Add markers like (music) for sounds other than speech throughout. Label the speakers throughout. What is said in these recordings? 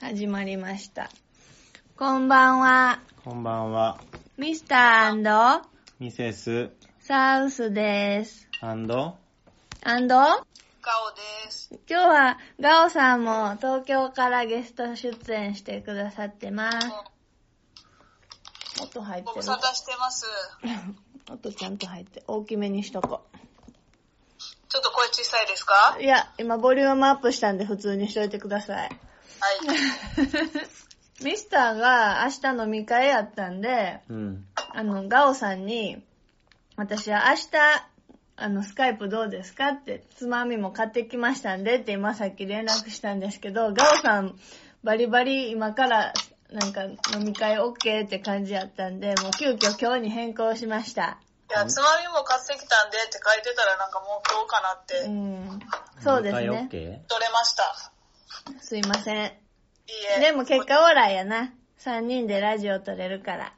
Speaker 1: 始まりました。こんばんは、
Speaker 2: こんばんは、
Speaker 1: ミスター
Speaker 2: ミセス
Speaker 1: サウスです。
Speaker 2: &
Speaker 1: アンド
Speaker 3: ガオです。
Speaker 1: 今日はガオさんも東京からゲスト出演してくださってます。音入って
Speaker 3: ご無
Speaker 1: る
Speaker 3: 沙。汰してます。
Speaker 1: 音ちゃんと入って、大きめにしとこ
Speaker 3: ちょっと声小さいですかは
Speaker 1: う。いや、今ボリュームアップしたんで普通にしといてください。
Speaker 3: い。
Speaker 1: ミスターが明日飲み会やったんで、
Speaker 2: うん。
Speaker 1: あの、ガオさんに、私は明日、あの、スカイプどうですかって、つまみも買ってきましたんでって今さっき連絡したんですけど、ガオさん、バリバリ今から、なんか飲み会 OK って感じやったんで、もう急遽今日に変更しました。
Speaker 3: いや、つまみも買ってきたんでって書いてたらなんかもう今日かなって
Speaker 1: う、ん。そうですね。
Speaker 2: ね。
Speaker 3: 取れました。
Speaker 1: すいません。
Speaker 3: いいえ。
Speaker 1: でも結果オーライやな。3人でラジオ撮れるから。
Speaker 3: う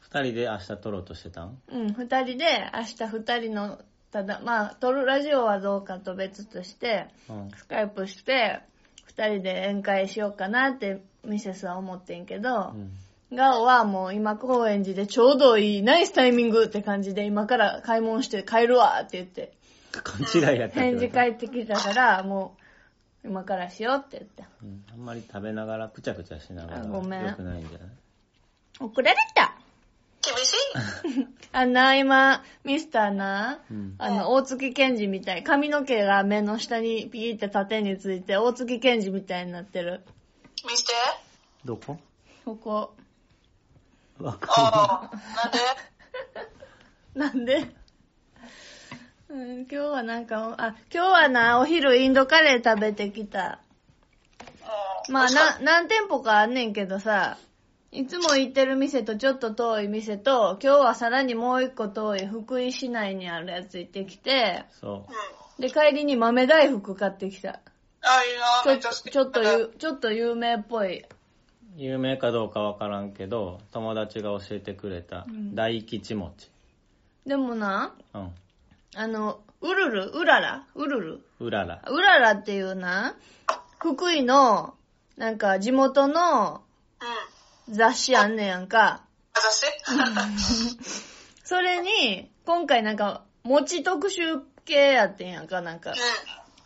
Speaker 2: 二人で明日撮ろうとしてたん
Speaker 1: うん、二人で、明日二人の、ただ、まあ、撮るラジオはどうかと別として、
Speaker 2: うん。
Speaker 1: スカイプして、二人で宴会しようかなって、ミセスは思ってんけど (laughs)
Speaker 2: う、ん。
Speaker 1: ガオはもう今高円寺でちょうどいい、ナイスタイミングって感じで、今から買い物して帰るわって言って、
Speaker 2: 勘違いやったけ
Speaker 1: 返
Speaker 2: ど。
Speaker 1: 事返ってきたから、もう、今からしようって言って。
Speaker 2: うん。あんまり食べながら、くちゃくちゃしながら。
Speaker 1: あごめん
Speaker 2: よくないんじゃない
Speaker 1: 送られた
Speaker 3: ん。厳しい
Speaker 1: (laughs) あんな、今、ミスターな、
Speaker 2: うん。
Speaker 1: あの、大月健治みたい。髪の毛が目の下にピーって縦について、大月健治みたいになってる。(laughs)
Speaker 3: 見して。
Speaker 2: どこ
Speaker 1: ここ。
Speaker 2: わか
Speaker 3: ああ、なんで
Speaker 1: (laughs) なんで、うん、今日はなんか、あ、今日はな、お昼インドカレー食べてきた。
Speaker 3: うん
Speaker 1: まあ、な、何店舗かあんねんけどさ、いつも行ってる店とちょっと遠い店と、今日はさらにもう一個遠い福井市内にあるやつ行ってきて
Speaker 2: る。、そ
Speaker 3: うん。
Speaker 1: で、帰りに豆大福買ってきた。
Speaker 3: あ、いいな
Speaker 1: ちょ
Speaker 3: めっちゃ好き。
Speaker 1: ちょっと
Speaker 3: うん。
Speaker 1: ゆ、ちょっと有名っぽい。
Speaker 2: う。有名かどうかわからんけど、友達が教えてくれた、大吉餅。
Speaker 1: でもな、
Speaker 2: うん。
Speaker 1: あの、うるる、うらら、うるる。
Speaker 2: うらら。
Speaker 1: うららっていうな、福井の、なんか地元の雑誌あんねやんか。
Speaker 3: 私
Speaker 1: それに、今回なんか、餅特集系やってんやんか、なんか。
Speaker 3: う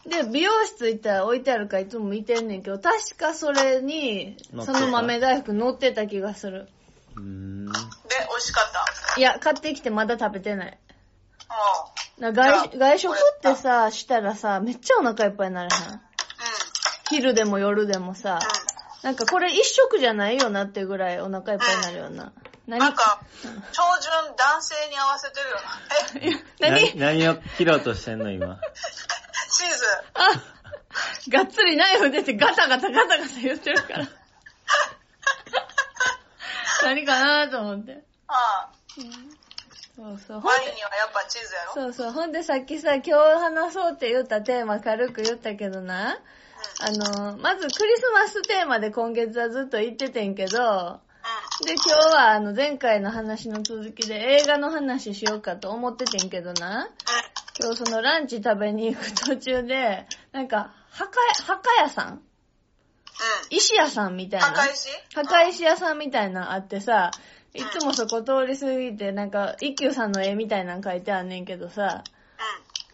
Speaker 1: で、美容室行ったら置いてあるからいつも見てんねんけど、確かそれに、
Speaker 2: 載って
Speaker 1: そ
Speaker 2: た
Speaker 1: の豆大福乗ってた気がする。
Speaker 2: うーん。
Speaker 3: ん。で、美味しかった。
Speaker 1: いや、買ってきてまだ食べてない。
Speaker 3: うん。
Speaker 1: な外外食ってさ、したらさ、めっちゃお腹いっぱいになるへん。
Speaker 3: う
Speaker 1: 昼でも夜でもさ、なんかこれ一食じゃないよなってぐらいお腹いっぱいになるよな。
Speaker 3: ん。うん。
Speaker 1: 何
Speaker 3: なんか、標準男性に合わせてるよな。え、
Speaker 1: 何
Speaker 2: な何を切ろうとしてんの今。
Speaker 3: チーズ。
Speaker 1: がっつりナイフ出てガタガタガタガタ言ってるから。何かなと思って。
Speaker 3: ああ。
Speaker 1: そうそう。ほん
Speaker 3: ワイ
Speaker 1: で
Speaker 3: ンにはやっぱチーズやろ
Speaker 1: そうそう。ほんでさっきさ、今日話そうって言ったテーマ軽く言ったけどな。あの、まずクリスマステーマで今月はずっと言っててんけど、
Speaker 3: う
Speaker 1: で、今日はあの前回の話の続きで映画の話しようかと思っててんけどな。
Speaker 3: ん。うん。
Speaker 1: 今日そのランチ食べに行く途中で、なんか、墓屋、墓屋さん
Speaker 3: う
Speaker 1: 石屋さんみたい
Speaker 3: ん。
Speaker 1: な。
Speaker 3: 墓石
Speaker 1: 墓石屋さんみたいなのあってさ、いつもそこ通り過ぎて、なんか、一休さんの絵みたいなの書いてあんねんけどさ、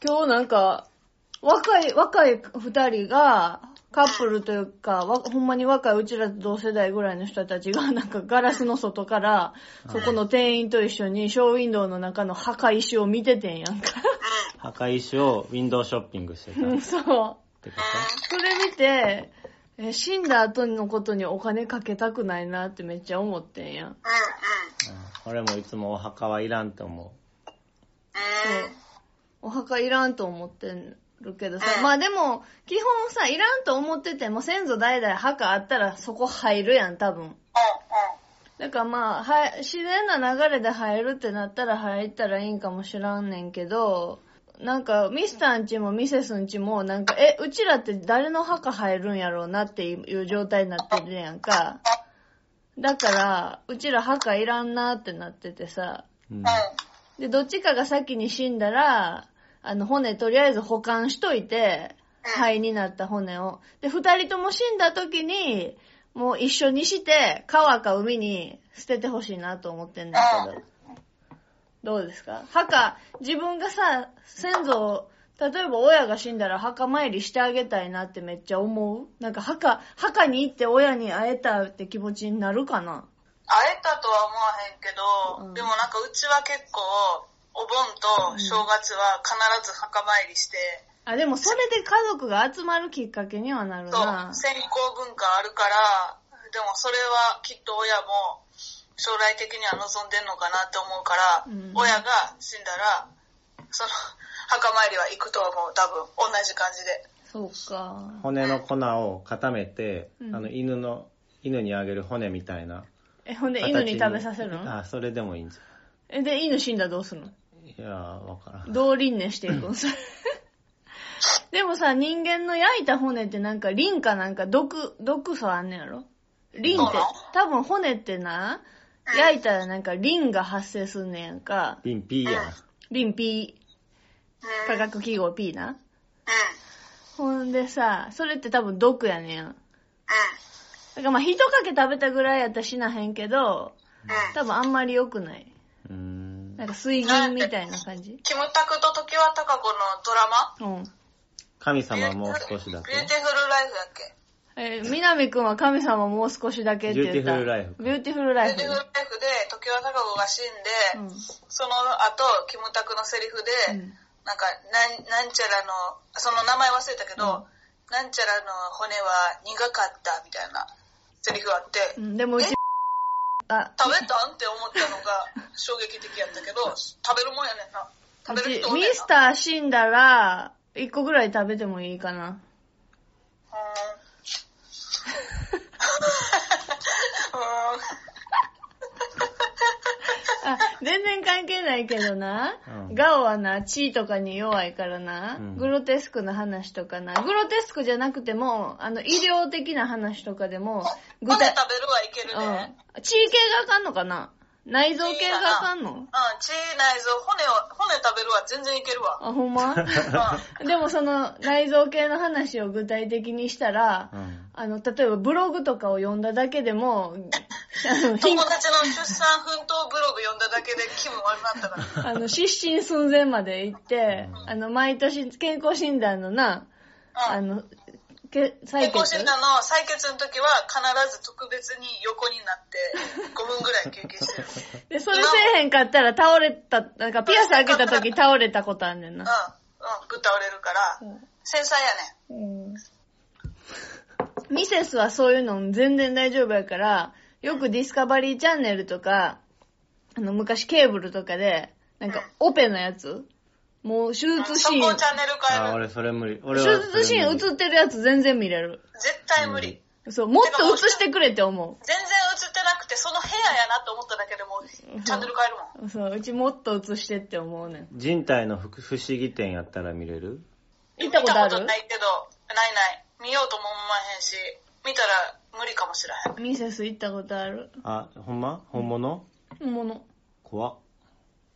Speaker 3: う
Speaker 1: 今日なんか、若い、若い二人が、カップルというか、わほんまに若いうちらと同世代ぐらいの人たちが、 (laughs) なんかガラスの外から、そこの店員と一緒にショーウィンドウの中の墓石を見ててんやんか。 (laughs)
Speaker 2: 墓石をウィンドウショッピングしてたって
Speaker 1: そう。
Speaker 2: こ
Speaker 1: それ見て、え死んだ後のことにお金かけたくないなってめっちゃ思ってんやん。
Speaker 3: ん。
Speaker 2: と、うん、俺もいつもお墓はいらんって思
Speaker 3: うん。うん。うん。
Speaker 1: お墓いらんと思ってるけどさ、まあでも、基本さ、いらんと思ってても先祖代々墓あったらそこ入るやん、多分。だからまあ、は自然な流れで入るってなったら入ったらいいんかもしらんねんけど、なんか、ミスターんちもミセスんちも、なんか、え、うちらって誰の墓入るんやろうなっていう状態になってるやんか。だから、うちら墓いらんなってなっててさ。
Speaker 2: う。うん。
Speaker 1: で、どっちかが先に死んだら、あの、骨とりあえず保管しといて、肺になった骨を。で、二人とも死んだ時に、もう一緒にして、川か海に捨ててほしいなと思ってんだけど。どうですか墓、自分がさ、先祖を、例えば親が死んだら墓参りしてあげたいなってめっちゃ思うなんか墓、墓に行って親に会えたって気持ちになるかな
Speaker 3: 会えたとは思わへんけど、
Speaker 1: うん
Speaker 3: でもなんかうちは結構、お盆と正月は必ず墓参りして、
Speaker 1: あ、でもそれで家族が集まるきっかけにはなる
Speaker 3: そう
Speaker 1: な。、
Speaker 3: 先行文化あるから、でもそれはきっと親も将来的には望んでんのかなって思うから、
Speaker 1: うん
Speaker 3: 親が死んだら、その、墓参りは行くと思う、多分、同じ感じで。
Speaker 1: そうか。
Speaker 2: 骨の粉を固めて、
Speaker 1: うん
Speaker 2: あの犬の犬にあげる骨みたいな
Speaker 1: え、ほんで
Speaker 2: 形
Speaker 1: 犬に食べさせるの
Speaker 2: あそれでもいいんじゃ
Speaker 1: え、で、犬死んだらどうするの
Speaker 2: んいやーわからん
Speaker 1: どう輪廻していく
Speaker 2: (laughs)
Speaker 1: のそれでもさ、人間の焼いた骨ってなんか、輪かなんか毒、毒素あんねやろ輪って
Speaker 3: そうなの、
Speaker 1: 多分骨ってな、焼いたらなんか輪が発生すんねやんか。
Speaker 2: リンピーやん
Speaker 1: 輪 P、
Speaker 3: うん。
Speaker 1: 化
Speaker 3: うん。
Speaker 1: 学記号 P な。
Speaker 3: う
Speaker 1: ほんでさ、それって多分毒やねん。
Speaker 3: ん。
Speaker 1: だからまあ、一かけ食べたぐらいやったら死なへんけど、
Speaker 3: うん。
Speaker 1: 多分あんまり良くない。
Speaker 2: うーん
Speaker 1: なんか水銀みたいな感じ。
Speaker 3: キムタクと時は高子のドラマ
Speaker 1: うん。
Speaker 2: 神様はもう少しだけ
Speaker 3: ビューティフルライフだっけ
Speaker 1: えー、南くんは神様もう少しだけって言った。
Speaker 2: ビューティフルライフ
Speaker 1: ビューティフルライフ
Speaker 3: ビューティフルライフで時は高子が死んで、
Speaker 1: うん
Speaker 3: その後、キムタクのセリフ
Speaker 1: う
Speaker 3: で、
Speaker 1: ん
Speaker 3: なんか、なん、なんちゃらの、その名前忘れたけど、なんちゃらの骨は苦かったみたいなセリフがあって、
Speaker 1: うん。でもうち、あ、
Speaker 3: 食べたんって思ったのが (laughs) 衝撃的やったけど、食べるもんやねんな。
Speaker 1: う
Speaker 3: 食べ
Speaker 1: ち
Speaker 3: る人、お
Speaker 1: ミ
Speaker 3: ねんな。
Speaker 1: スター死んだら、一個ぐらい食べてもいいかな。
Speaker 3: うーんうーん
Speaker 1: あ、全然関係ないけどな
Speaker 2: う。ん
Speaker 1: ガオはな、地位とかに弱いからな
Speaker 2: う。ん
Speaker 1: グロテスクな話とかな。グロテスクじゃなくても、あの、医療的な話とかでも、
Speaker 3: 骨食べるはいける
Speaker 1: う
Speaker 3: ね。
Speaker 1: ん。地位系があかんのかな内臓系があかんの
Speaker 3: うん、血、内臓、骨を、骨食べるは全然いけるわ。
Speaker 1: あ、ほん
Speaker 3: (laughs)
Speaker 1: までもその内臓系の話を具体的にしたら、
Speaker 2: うん
Speaker 1: あの、例えばブログとかを読んだだけでも、あの、貧
Speaker 3: (laughs) 友達の出産奮闘ブログ読んだだけで気分悪なったから。
Speaker 1: あの、失神寸前まで行って、あの、毎年健康診断のな、
Speaker 3: う
Speaker 1: (laughs)
Speaker 3: ん
Speaker 1: あの、け採
Speaker 3: 健康
Speaker 1: 血
Speaker 3: 診断の採血の時は必ず特別に横になって5分ぐらい休
Speaker 1: (laughs)
Speaker 3: 憩してる。
Speaker 1: で、それせえへんかったら倒れた、なんかピアス開けた時倒れたことあんねん
Speaker 3: うん、
Speaker 1: な。
Speaker 3: うん、ぶっ倒れるから、繊細やねん。
Speaker 1: ミセスはそういうの全然大丈夫やから、よくディスカバリーチャンネルとか、あの、昔ケーブルとかで、なんか、オペのやつもう手術
Speaker 3: そ
Speaker 1: シー
Speaker 3: こ
Speaker 1: ン
Speaker 3: をチ、ャンネル
Speaker 2: あ
Speaker 3: 変える。
Speaker 2: 俺それ無理俺は
Speaker 1: 手術シーン
Speaker 2: つ
Speaker 1: 映ってるやつ全然見れる。
Speaker 3: 絶対無理。
Speaker 1: そう、もっと映してくれって思
Speaker 3: 全然映ってなくて、その部屋やなと思っただけでもう、チャンネル変えるもん。
Speaker 1: う。そう、うちもっと映してって思うねん。
Speaker 2: 人体の不不思議点やったら見れる
Speaker 1: 行ったことあ
Speaker 3: 見たこと
Speaker 1: る
Speaker 3: ないけど、ないない。見ようとも思わへんし、見たら無理かもしれへん。
Speaker 1: ミセス行ったことある
Speaker 2: あほんま本物
Speaker 1: もの。
Speaker 2: 怖っ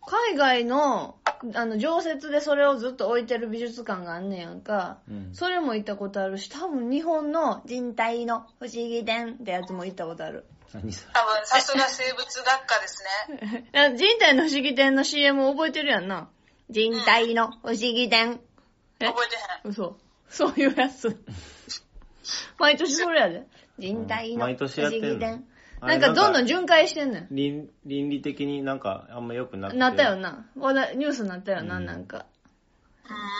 Speaker 1: 海外の、あの、常設でそれをずっと置いてる美術館があんねやんか。
Speaker 2: うん
Speaker 1: それも行ったことあるし、多分日本の人体の不思議伝ってやつも行ったことある。
Speaker 2: 何それ
Speaker 3: 多分、さすが生物学科ですね。
Speaker 1: あ (laughs) 人体の不思議伝の CM を覚えてるやんな。人体の不思議伝。え
Speaker 3: 覚えてへん。
Speaker 1: 嘘。そういうやつ。 (laughs) 毎年それやで。人体の
Speaker 2: 毎
Speaker 1: 不
Speaker 2: 年や
Speaker 1: 思
Speaker 2: ってんの
Speaker 1: 議伝。
Speaker 2: あ
Speaker 1: な
Speaker 2: れ
Speaker 1: んかどんど
Speaker 2: なんんか
Speaker 1: 巡回してんねん。
Speaker 2: 倫倫理的になんかあんま良くなくて
Speaker 1: なったよな。話題ニュースになったよな、なんか。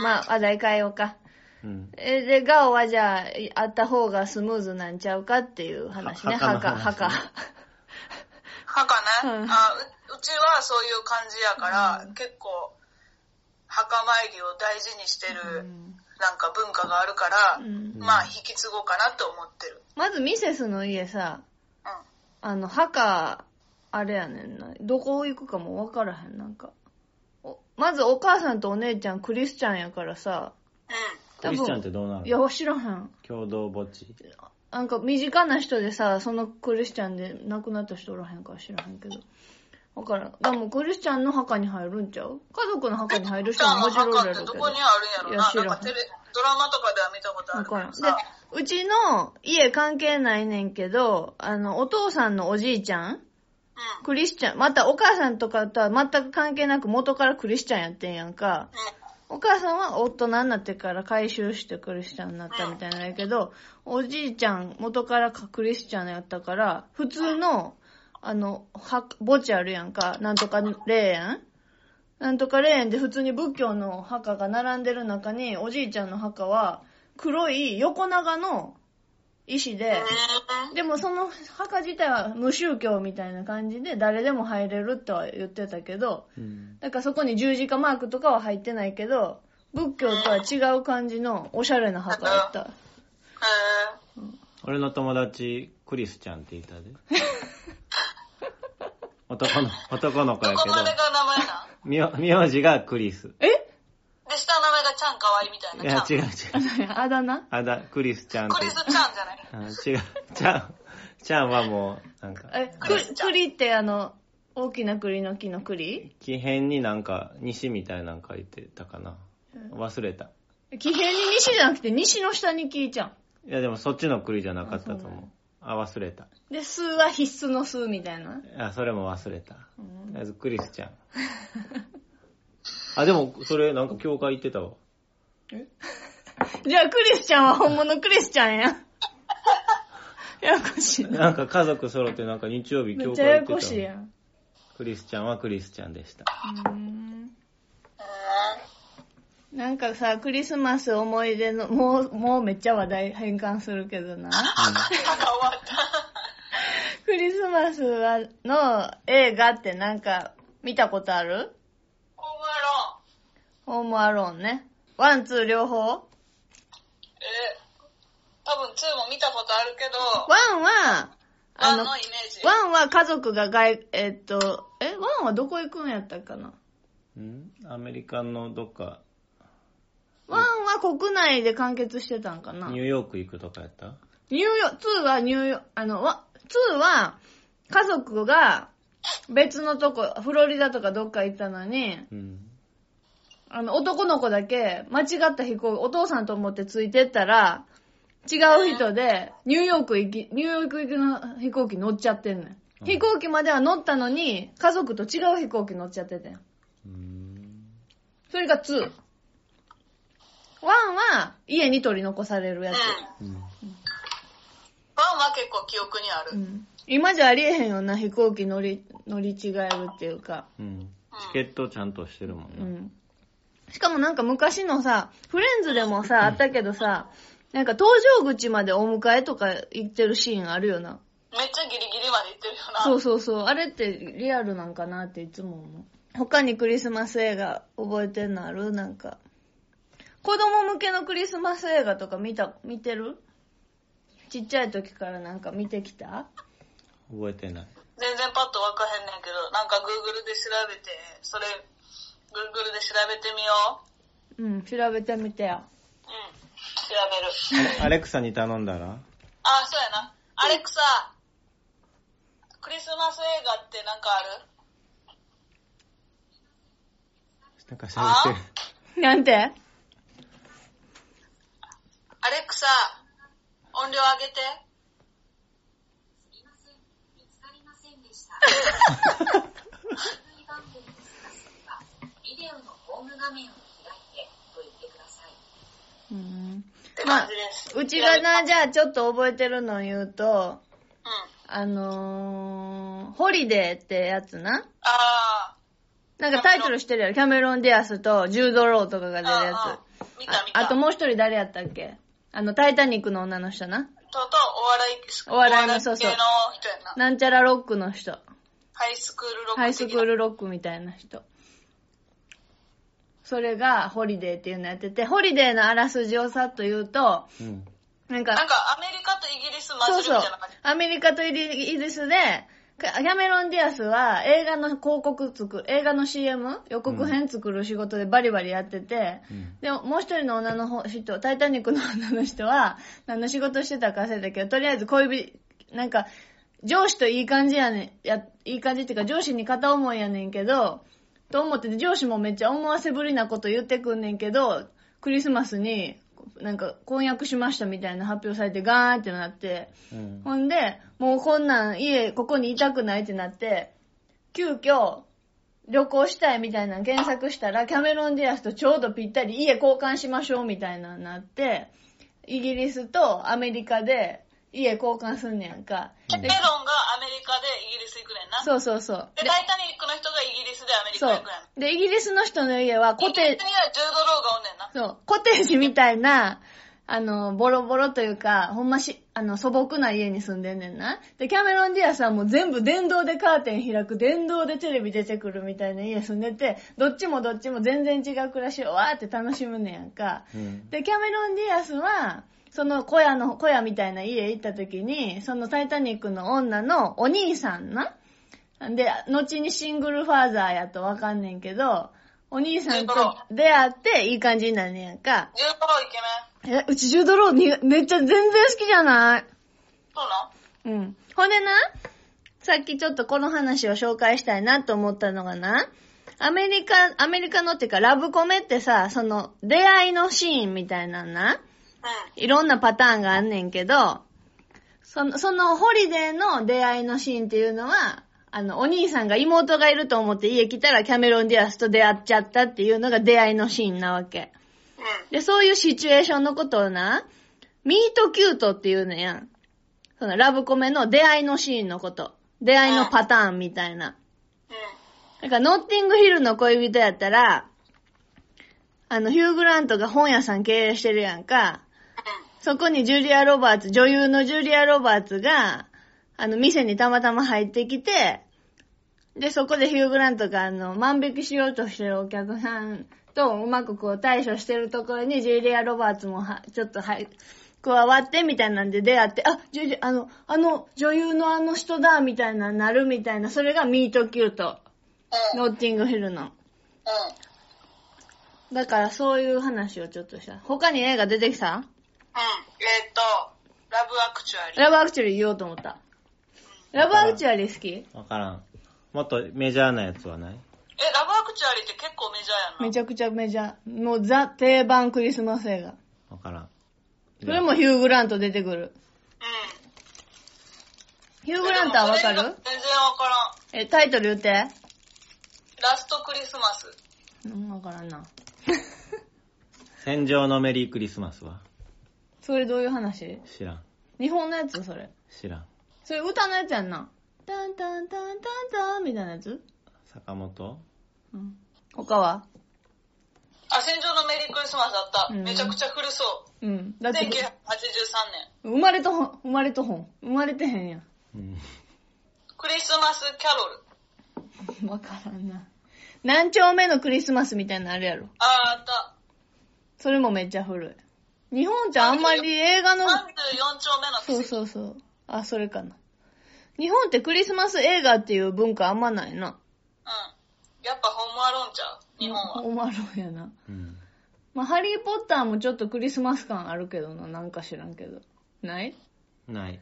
Speaker 1: まあ、話題変えようか。
Speaker 2: うん
Speaker 1: えー、で、ガオはじゃあ、あった方がスムーズなんちゃうかっていう話ね。
Speaker 2: は
Speaker 1: 墓、
Speaker 2: 墓の話
Speaker 1: 墓。 (laughs)
Speaker 3: 墓ね、
Speaker 1: うん
Speaker 3: あううちはそういう感じやから、結構墓参りを大事にしてる、なんか文化があるから、
Speaker 1: ん
Speaker 3: まあ引き継ごうかなと思ってる。
Speaker 1: まずミセスの家さ、
Speaker 3: うん。
Speaker 1: あの、墓、あれやねんな。どこ行くかもわからへん、なんか。おまずお母さんとお姉ちゃんクリスチャンやからさ、
Speaker 3: う
Speaker 2: クリスチャンってどうないる
Speaker 1: や
Speaker 2: の、
Speaker 1: 知らへん。
Speaker 2: 共同墓地
Speaker 1: なんか身近な人でさ、そのクリスチャンで亡くなった人おらへんから知らへんけど。わからん。でもクリスチャンの墓に入るんちゃう家族の墓に入る
Speaker 3: ん。じ
Speaker 1: 人
Speaker 3: ゃあ
Speaker 1: ももちろん
Speaker 3: 墓
Speaker 1: やろ
Speaker 3: って
Speaker 1: う
Speaker 3: ど
Speaker 1: けど
Speaker 3: こに。ある
Speaker 1: い
Speaker 3: んやろ
Speaker 1: や知らん
Speaker 3: な。なんかテレドラマとかでは見たことあ
Speaker 1: わ
Speaker 3: るけ
Speaker 1: からん。
Speaker 3: ど
Speaker 1: で
Speaker 3: さ、、
Speaker 1: うちの家関係ないねんけど、あの、お父さんのおじいちゃん
Speaker 3: うん、
Speaker 1: クリスチャン、またお母さんとかとは全く関係なく元からクリスチャンやってんやんか。お母さんは大人になってから回収してクリスチャンになったみたいなんやけど、おじいちゃん元からクリスチャンやったから、普通の、あの、は、墓地あるやんか、なんとか霊園なんとか霊園で普通に仏教の墓が並んでる中に、おじいちゃんの墓は黒い横長の石で、
Speaker 3: うん。
Speaker 1: でもその墓自体は無宗教みたいな感じで誰でも入れるとは言ってたけど、
Speaker 2: うん
Speaker 1: だからそこに十字架マークとかは入ってないけど、仏教とは違う感じのおしゃれな墓やった。
Speaker 3: へー
Speaker 2: 俺の友達、クリスちゃんって言ったで。男の、男の子や
Speaker 3: どこ
Speaker 2: けど
Speaker 3: までが名前なん
Speaker 2: みよ、名字がクリス。
Speaker 1: え (laughs)
Speaker 3: で、下の名前がちゃんかわいいみたいな。
Speaker 2: いや、
Speaker 3: ち
Speaker 2: 違
Speaker 3: ゃ
Speaker 2: う違
Speaker 3: ん
Speaker 2: う。
Speaker 1: あだ名
Speaker 2: あだ、クリスちゃんって
Speaker 3: クリスちゃんじゃない。
Speaker 2: あ違う。ちゃん、ちゃんはもう、なんか、
Speaker 1: え、く、栗ってあの、大きな栗の木の栗
Speaker 2: 木片になんか、西みたいなん書いてたかな。忘れた。
Speaker 1: 木辺に西じゃなくて西の下に木ちゃん。
Speaker 2: いや、でもそっちの栗じゃなかったと思う。あ、忘れた。
Speaker 1: で、数は必須の数みたいな。
Speaker 2: あ、それも忘れた。とりあえずクリスちゃん。
Speaker 1: (laughs)
Speaker 2: あ、でも、それ、なんか教会行ってたわ。
Speaker 1: じゃあクリスちゃんは本物クリスちゃん (laughs) や。ややこしい。
Speaker 2: なんか家族揃ってなんか日曜日
Speaker 1: め
Speaker 2: 教
Speaker 1: っ
Speaker 2: 会
Speaker 1: ちゃやや
Speaker 2: 行って
Speaker 1: こしい
Speaker 2: た
Speaker 1: や
Speaker 2: わ。
Speaker 1: ん。
Speaker 2: クリスちゃんはクリスちゃんで
Speaker 1: (laughs)
Speaker 2: した。
Speaker 1: なんかさ、クリスマス思い出の、もう、もうめっちゃ話題変換するけどな。
Speaker 3: なんか終わった。
Speaker 1: クリスマスはの映画ってなんか見たことある
Speaker 3: ホームアローン。
Speaker 1: ホームアローンね。ワン、ツー両方
Speaker 3: え多分2も見たことあるけど、
Speaker 1: ワンは、あ
Speaker 3: 1
Speaker 1: の、
Speaker 3: のイメージ。
Speaker 1: ワンは家族が外、えっと、え、ワンはどこ行くんやったかな
Speaker 2: うんアメリカのどっか、
Speaker 1: ワンは国内で完結してたんかな
Speaker 2: ニューヨーク行くとかやった
Speaker 1: ニューヨーク、2はニューヨーク、あの、わ、2は、家族が別のとこ、フロリダとかどっか行ったのに、
Speaker 2: うん。
Speaker 1: あの、男の子だけ間違った飛行機、お父さんと思ってついてったら、違う人で、ニューヨーク行き、ニューヨーク行きの飛行機乗っちゃってんね
Speaker 2: うん
Speaker 1: ん。飛行機までは乗ったのに、家族と違う飛行機乗っちゃっててん。
Speaker 2: うん。
Speaker 1: それが2。1は、家に取り残されるや
Speaker 3: うん。
Speaker 1: つ。
Speaker 2: うん
Speaker 3: ワンは結構記憶にある。
Speaker 1: う
Speaker 3: うん。
Speaker 1: ん今じゃありえへんよな、飛行機乗り、乗り違えるっていうか。
Speaker 2: うん。チケットちゃんとしてるも
Speaker 1: うんん。しかもなんか昔のさ、フレンズでもさ、あったけどさ、なんか登場口までお迎えとか行ってるシーンあるよな。
Speaker 3: めっちゃギリギリまで行ってるよな。
Speaker 1: そうそうそう。あれってリアルなんかなっていつも思う。他にクリスマス映画覚えてんのあるなんか。子供向けのクリスマス映画とか見た、見てるちっちゃい時からなんか見てきた
Speaker 2: な。覚えてない。
Speaker 3: 全然パッとわかへんねんけど、なんか Google で調べて、それ、Google で調べてみよ
Speaker 1: うん、調べてみてよ。
Speaker 3: う。うん。調べる。
Speaker 2: アレクサに頼んだら
Speaker 3: あ、そうやな。アレクサ、クリスマス映画ってなんかある
Speaker 2: なんか喋って
Speaker 1: (laughs)
Speaker 2: る。
Speaker 1: なんて
Speaker 3: アレクサ、音量上げて。
Speaker 4: ビデオのホーム画面を開いてと言ってください。
Speaker 1: うん
Speaker 3: って感じです。
Speaker 1: うちがな、じゃあちょっと覚えてるの言うと、
Speaker 3: うん。
Speaker 1: あのー、ホリデーってやつな。
Speaker 3: あ
Speaker 1: なんかタイトルしてるやろ。キャメロン・ディアスとジュード・ローとかが
Speaker 3: ー、
Speaker 1: 出るやつ。
Speaker 3: あーあー見た見た。
Speaker 1: ああともう一人誰やったっけあの、タイタニックの女の人な。
Speaker 3: とうとうお笑い、
Speaker 1: お笑いのそうそう
Speaker 3: お笑い系の人やな。
Speaker 1: なんちゃらロックの人。
Speaker 3: ハイスクールロック的な。
Speaker 1: ハイスクールロックみたいな人。それが、ホリデーっていうのやってて、ホリデーのあらすじをさっと言うと、
Speaker 2: うん。
Speaker 1: なんか
Speaker 3: な、んかアメリカとイギリス混
Speaker 1: そう
Speaker 3: じる
Speaker 1: そ
Speaker 3: み
Speaker 1: う
Speaker 3: たいな感じ。。
Speaker 1: アメリカとイギリスで、キャメロン・ディアスは映画の広告作る、映画の CM? 予告編作る仕事でバリバリやってて、
Speaker 2: うん
Speaker 1: でも、もう一人の女の方人、タイタニックの女の人は、何の仕事してたか忘れたけど、とりあえず恋人、なんか、上司といい感じやねん、や、いい感じっていうか上司に片思いやねんけど、と思ってて上司もめっちゃ思わせぶりなこと言ってくんねんけど、クリスマスになんか婚約しましたみたいな発表されてガーンってなって、
Speaker 2: うん。
Speaker 1: ほんで、もうこんなん家、ここにいたくないってなって、急遽、旅行したいみたいなの検索したら、キャメロン・ディアスとちょうどぴったり家交換しましょうみたいなのになって、イギリスとアメリカで家交換すんねやんか。
Speaker 3: キャメロンがアメリカでイギリス行くねんな。
Speaker 1: そうそうそう。
Speaker 3: で、タイタニックの人がイギリスでアメリ
Speaker 1: そ
Speaker 3: カ行
Speaker 1: う
Speaker 3: くやん。。
Speaker 1: で、イギリスの人の家はコ
Speaker 3: イギ
Speaker 1: テ
Speaker 3: リスにはジュード・ローがおんねんな。
Speaker 1: そう、コテージみたいな、あの、ボロボロというか、ほんまし、あの、素朴な家に住んでんねんな。で、キャメロン・ディアスはもう全部電動でカーテン開く、電動でテレビ出てくるみたいな家住んでて、どっちもどっちも全然違う暮らしをわーって楽しむねやんか。
Speaker 2: うん。
Speaker 1: で、キャメロン・ディアスは、その小屋の、小屋みたいな家行った時に、そのタイタニックの女のお兄さんな。で、後にシングルファーザーやとわかんねんけど、お兄さんと出会っていい感じになるねやんか。
Speaker 3: ジュード・ローイケメン。
Speaker 1: え、うちジュードローにめっちゃ全然好きじゃない
Speaker 3: そうなん
Speaker 1: うん。ほんでな、さっきちょっとこの話を紹介したいなと思ったのがな、アメリカ、アメリカのっていうかラブコメってさ、その出会いのシーンみたいなんな、
Speaker 3: うん。
Speaker 1: いろんなパターンがあんねんけど、その、そのホリデーの出会いのシーンっていうのは、あの、お兄さんが妹がいると思って家来たらキャメロン・ディアスと出会っちゃったっていうのが出会いのシーンなわけ。
Speaker 3: うん。
Speaker 1: で、そういうシチュエーションのことをな、ミートキュートっていうのやん。そのラブコメの出会いのシーンのこと。出会いのパターンみたいな。
Speaker 3: うん。
Speaker 1: だから、ノッティングヒルの恋人やったら、あの、ヒュー・グラントが本屋さん経営してるやんか。そこにジュリア・ロバーツ、女優のジュリア・ロバーツが、あの、店にたまたま入ってきて、で、そこでヒュー・グラントが、あの、万引きしようとしてるお客さんとうまくこう対処してるところに、ジュリア・ロバーツもは、ちょっとはい、加わってみたいなんで出会って、あ、ジュリ、あの、あの、女優のあの人だ、みたいな、なるみたいな、それがミートキュート。
Speaker 3: うん。うん。
Speaker 1: ノッティングヒルの。
Speaker 3: う
Speaker 1: だからそういう話をちょっとした。他に映画出てきた
Speaker 3: ん。えっと、ラブ・アクチュアリー。
Speaker 1: ラブアクチュアリー言おうと思った。ラブアクチュアリー好き
Speaker 2: わからん。もっとメジャーなやつはない
Speaker 3: え、ラブ・アクチュアリーって結構メジャーや
Speaker 1: め
Speaker 3: んな。
Speaker 1: ちゃくちゃメジャー。もうザ定番クリスマス映画。
Speaker 2: わからん。
Speaker 1: それもヒュー・グラント出てくる。
Speaker 3: うん。
Speaker 1: ヒュー・グラントはわか (laughs) る
Speaker 3: でもそれが全然わからん。
Speaker 1: え、タイトル言って。
Speaker 3: ラストクリスマス。
Speaker 1: うん、わからんな。
Speaker 2: 戦場のメリークリスマスは
Speaker 1: それどういう話
Speaker 2: 知らん。
Speaker 1: 日本のやつそれ。
Speaker 2: 知らん。
Speaker 1: それ歌のやつやんな。タンタンタンタンタンみたいなやつ
Speaker 2: 坂本
Speaker 1: うん。他は
Speaker 3: あ、戦場のメリークリスマスあった。
Speaker 1: うん
Speaker 3: めちゃくちゃ古そう。
Speaker 1: うん。だっ
Speaker 3: 1983
Speaker 1: て、
Speaker 3: 年。
Speaker 1: 生まれとほん、生まれとほん。生まれてへんや
Speaker 2: うん。
Speaker 3: クリスマス・キャロル。
Speaker 1: ん。 (laughs) わからんな。何丁目のクリスマスみたいなのあるやろ。
Speaker 3: あー、あった。
Speaker 1: それもめっちゃ古い。日本じゃあんまり映画の、
Speaker 3: 34丁目の
Speaker 1: そう
Speaker 3: う。
Speaker 1: そうそう。あ、それかな。日本ってクリスマス映画っていう文化あんまないな。
Speaker 3: うん。やっぱホームアローンちゃう日本は。
Speaker 1: オマロンやな。
Speaker 2: うん。
Speaker 1: まあ、ハリーポッターもちょっとクリスマス感あるけどな。なんか知らんけど。ない
Speaker 2: ない。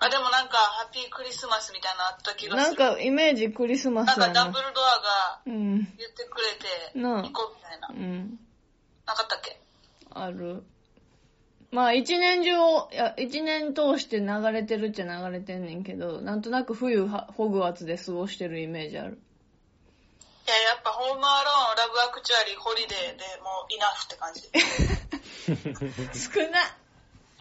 Speaker 3: あ、でもなんか、ハッピークリスマスみたいなのあった気が
Speaker 1: な
Speaker 3: す
Speaker 1: ん
Speaker 3: る。
Speaker 1: かイメージクリスマ
Speaker 3: なん
Speaker 1: ス
Speaker 3: か
Speaker 1: や
Speaker 3: ダブ
Speaker 1: な。
Speaker 3: ルドアが
Speaker 1: うん。
Speaker 3: 言ってくれて、
Speaker 1: なあ
Speaker 3: 行こうみたいな。
Speaker 1: うん。
Speaker 3: なかったっけ
Speaker 1: ある。まあ一年中を、いや、一年通して流れてるっちゃ流れてんねんけど、なんとなく冬はホグワーツで過ごしてるイメージある。
Speaker 3: いや、やっぱホームアローン、ラブアクチュアリー、ホリデーでもうイナフっ
Speaker 1: (laughs)
Speaker 3: て感じ。
Speaker 1: 少な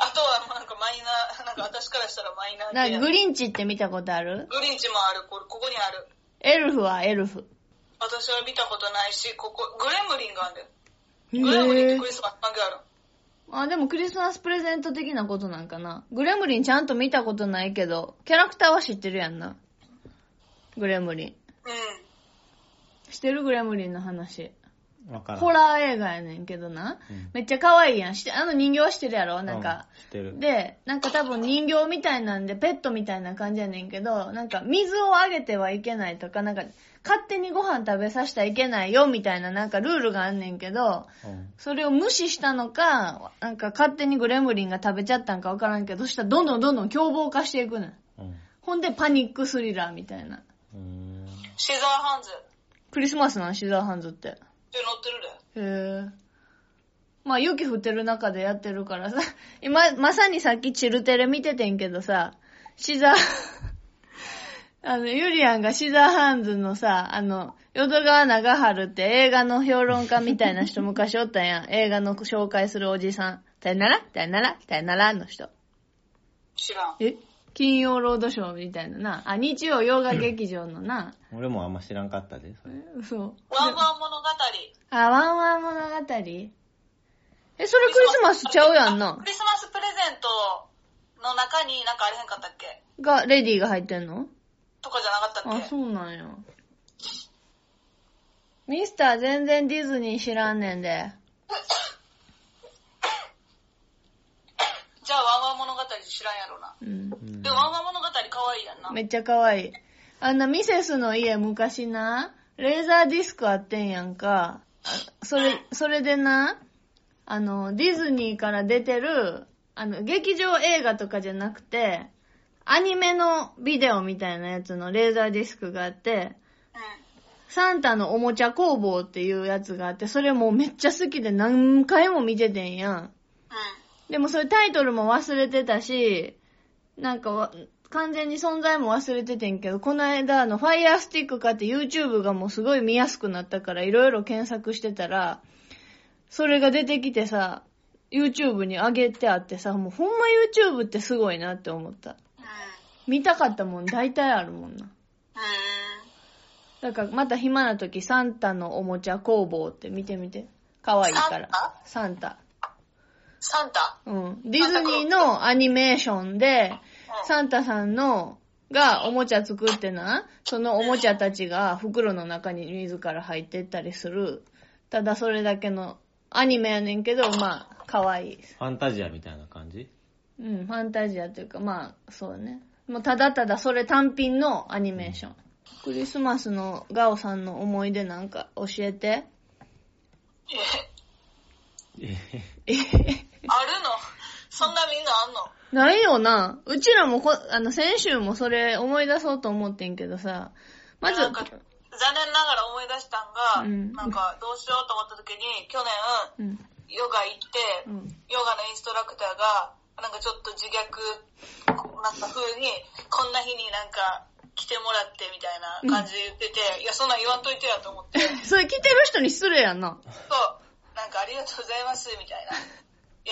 Speaker 3: あとはもうなんかマイナー、なんか私からしたらマイナー
Speaker 1: な
Speaker 3: 系
Speaker 1: んか
Speaker 3: や
Speaker 1: グリンチって見たことある
Speaker 3: グリンチもある、これ、ここにある。
Speaker 1: エルフはエルフ。
Speaker 3: 私は見たことないし、ここ、グレムリンがある
Speaker 1: へ
Speaker 3: んだよ。グレムリンってクリスマス関係ある。
Speaker 1: あ、でもクリスマスプレゼント的なことなんかな。グレムリンちゃんと見たことないけど、キャラクターは知ってるやんな。グレムリン。
Speaker 3: うん。
Speaker 1: 知ってるグレムリンの話。
Speaker 2: わからん。
Speaker 1: ホラー映画やねんけどな。
Speaker 2: うん
Speaker 1: めっちゃ可愛いやん。して、あの人形は知ってるやろなんか。
Speaker 2: う知ってる。
Speaker 1: で、なんか多分人形みたいなんで、ペットみたいな感じやねんけど、なんか水をあげてはいけないとか、なんか勝手にご飯食べさせてはいけないよみたいななんかルールがあんねんけど、
Speaker 2: うん
Speaker 1: それを無視したのか、なんか勝手にグレムリンが食べちゃったんかわからんけど、そしたらどんどんどんどん凶暴化していくねん。
Speaker 2: うん。
Speaker 1: ほんでパニックスリラーみたいな。
Speaker 2: うーん。
Speaker 3: シザーハンズ。
Speaker 1: クリスマスなのシザーハンズって。
Speaker 3: で、乗ってるで。
Speaker 1: へぇ。まあ雪降ってる中でやってるからさ、 (laughs) 今、まさにさっきチルテレ見ててんけどさ、シザー、 (laughs) あの、ユリアンがシザーハンズのさ、あの、淀川長春って映画の評論家みたいな人昔おったやん。 (laughs) 映画の紹介するおじさん。たいならたいならたいならの人。
Speaker 3: 知らん。
Speaker 1: え金曜ロードショーみたいなな。あ、日曜洋画劇場のな。 (laughs)
Speaker 2: 俺もあんま知らんかったで、それ。
Speaker 1: そう。
Speaker 3: ワンワン物語。ク
Speaker 1: あ、ワンワン物語え、それクリスマスちゃうやんな
Speaker 3: ク。リスマスプレゼントの中になんかあれへんかったっけ
Speaker 1: が、レディーが入ってんの
Speaker 3: とかじゃなか
Speaker 1: あ、
Speaker 3: ったっけ
Speaker 1: そうなんや。ミスター全然ディズニー知らんねんで。
Speaker 3: じゃあワンワン物語知らんやろな。
Speaker 1: うん。
Speaker 2: うん
Speaker 3: でもワンワン物語可愛いやんな。
Speaker 1: めっちゃ可愛い。あんなミセスの家昔な、レーザーディスクあってんやんか。あそれ、それでな、あの、ディズニーから出てる、あの、劇場映画とかじゃなくて、アニメのビデオみたいなやつのレーザーディスクがあって、
Speaker 3: う
Speaker 1: サンタのおもちゃ工房っていうやつがあって、それもうめっちゃ好きで何回も見ててんやん。
Speaker 3: ん。うん。
Speaker 1: でもそれタイトルも忘れてたし、なんかわ完全に存在も忘れててんけど、この間あのファイヤースティック買って YouTube がもうすごい見やすくなったからいろいろ検索してたら、それが出てきてさ、YouTube に上げてあってさ、もうほんま YouTube ってすごいなって思った。
Speaker 3: うん。
Speaker 1: 見たかったもん大体あるもんな。
Speaker 3: う
Speaker 1: だからまた暇な時サンタのおもちゃ工房って見てみて。かわいいから。サンタ。
Speaker 3: ん。サンタ
Speaker 1: うん。ディズニーのアニメーションで、サンタさんの、がおもちゃ作ってな、そのおもちゃたちが袋の中に自ら入ってったりする。ただそれだけの、アニメやねんけど、まあ、かわいい。
Speaker 2: ファンタジアみたいな感じ
Speaker 1: うん、ファンタジアというか、まあ、そうね。もうただただそれ単品のアニメーション。クリスマスのガオさんの思い出なんか教えて。
Speaker 2: えへ
Speaker 3: あるのそんなみんなあんの
Speaker 1: ないよな。うちらもこ、あの、先週もそれ思い出そうと思ってんけどさ、まず
Speaker 3: なん、か残念ながら思い出したん
Speaker 1: う
Speaker 3: が、
Speaker 1: ん
Speaker 3: なんかどうしようと思った時に、去年、
Speaker 1: うん、
Speaker 3: ヨガ行って、
Speaker 1: うん。
Speaker 3: ヨガのインストラクターが、なんかちょっと自虐、なんか風に、こんな日になんか来てもらってみたいな感じで言ってて、いや、そんなん言わんといてやと思って、そう、
Speaker 1: それ聞いてる人に失礼やんな。
Speaker 3: なんかありがとうございます、みたいな。い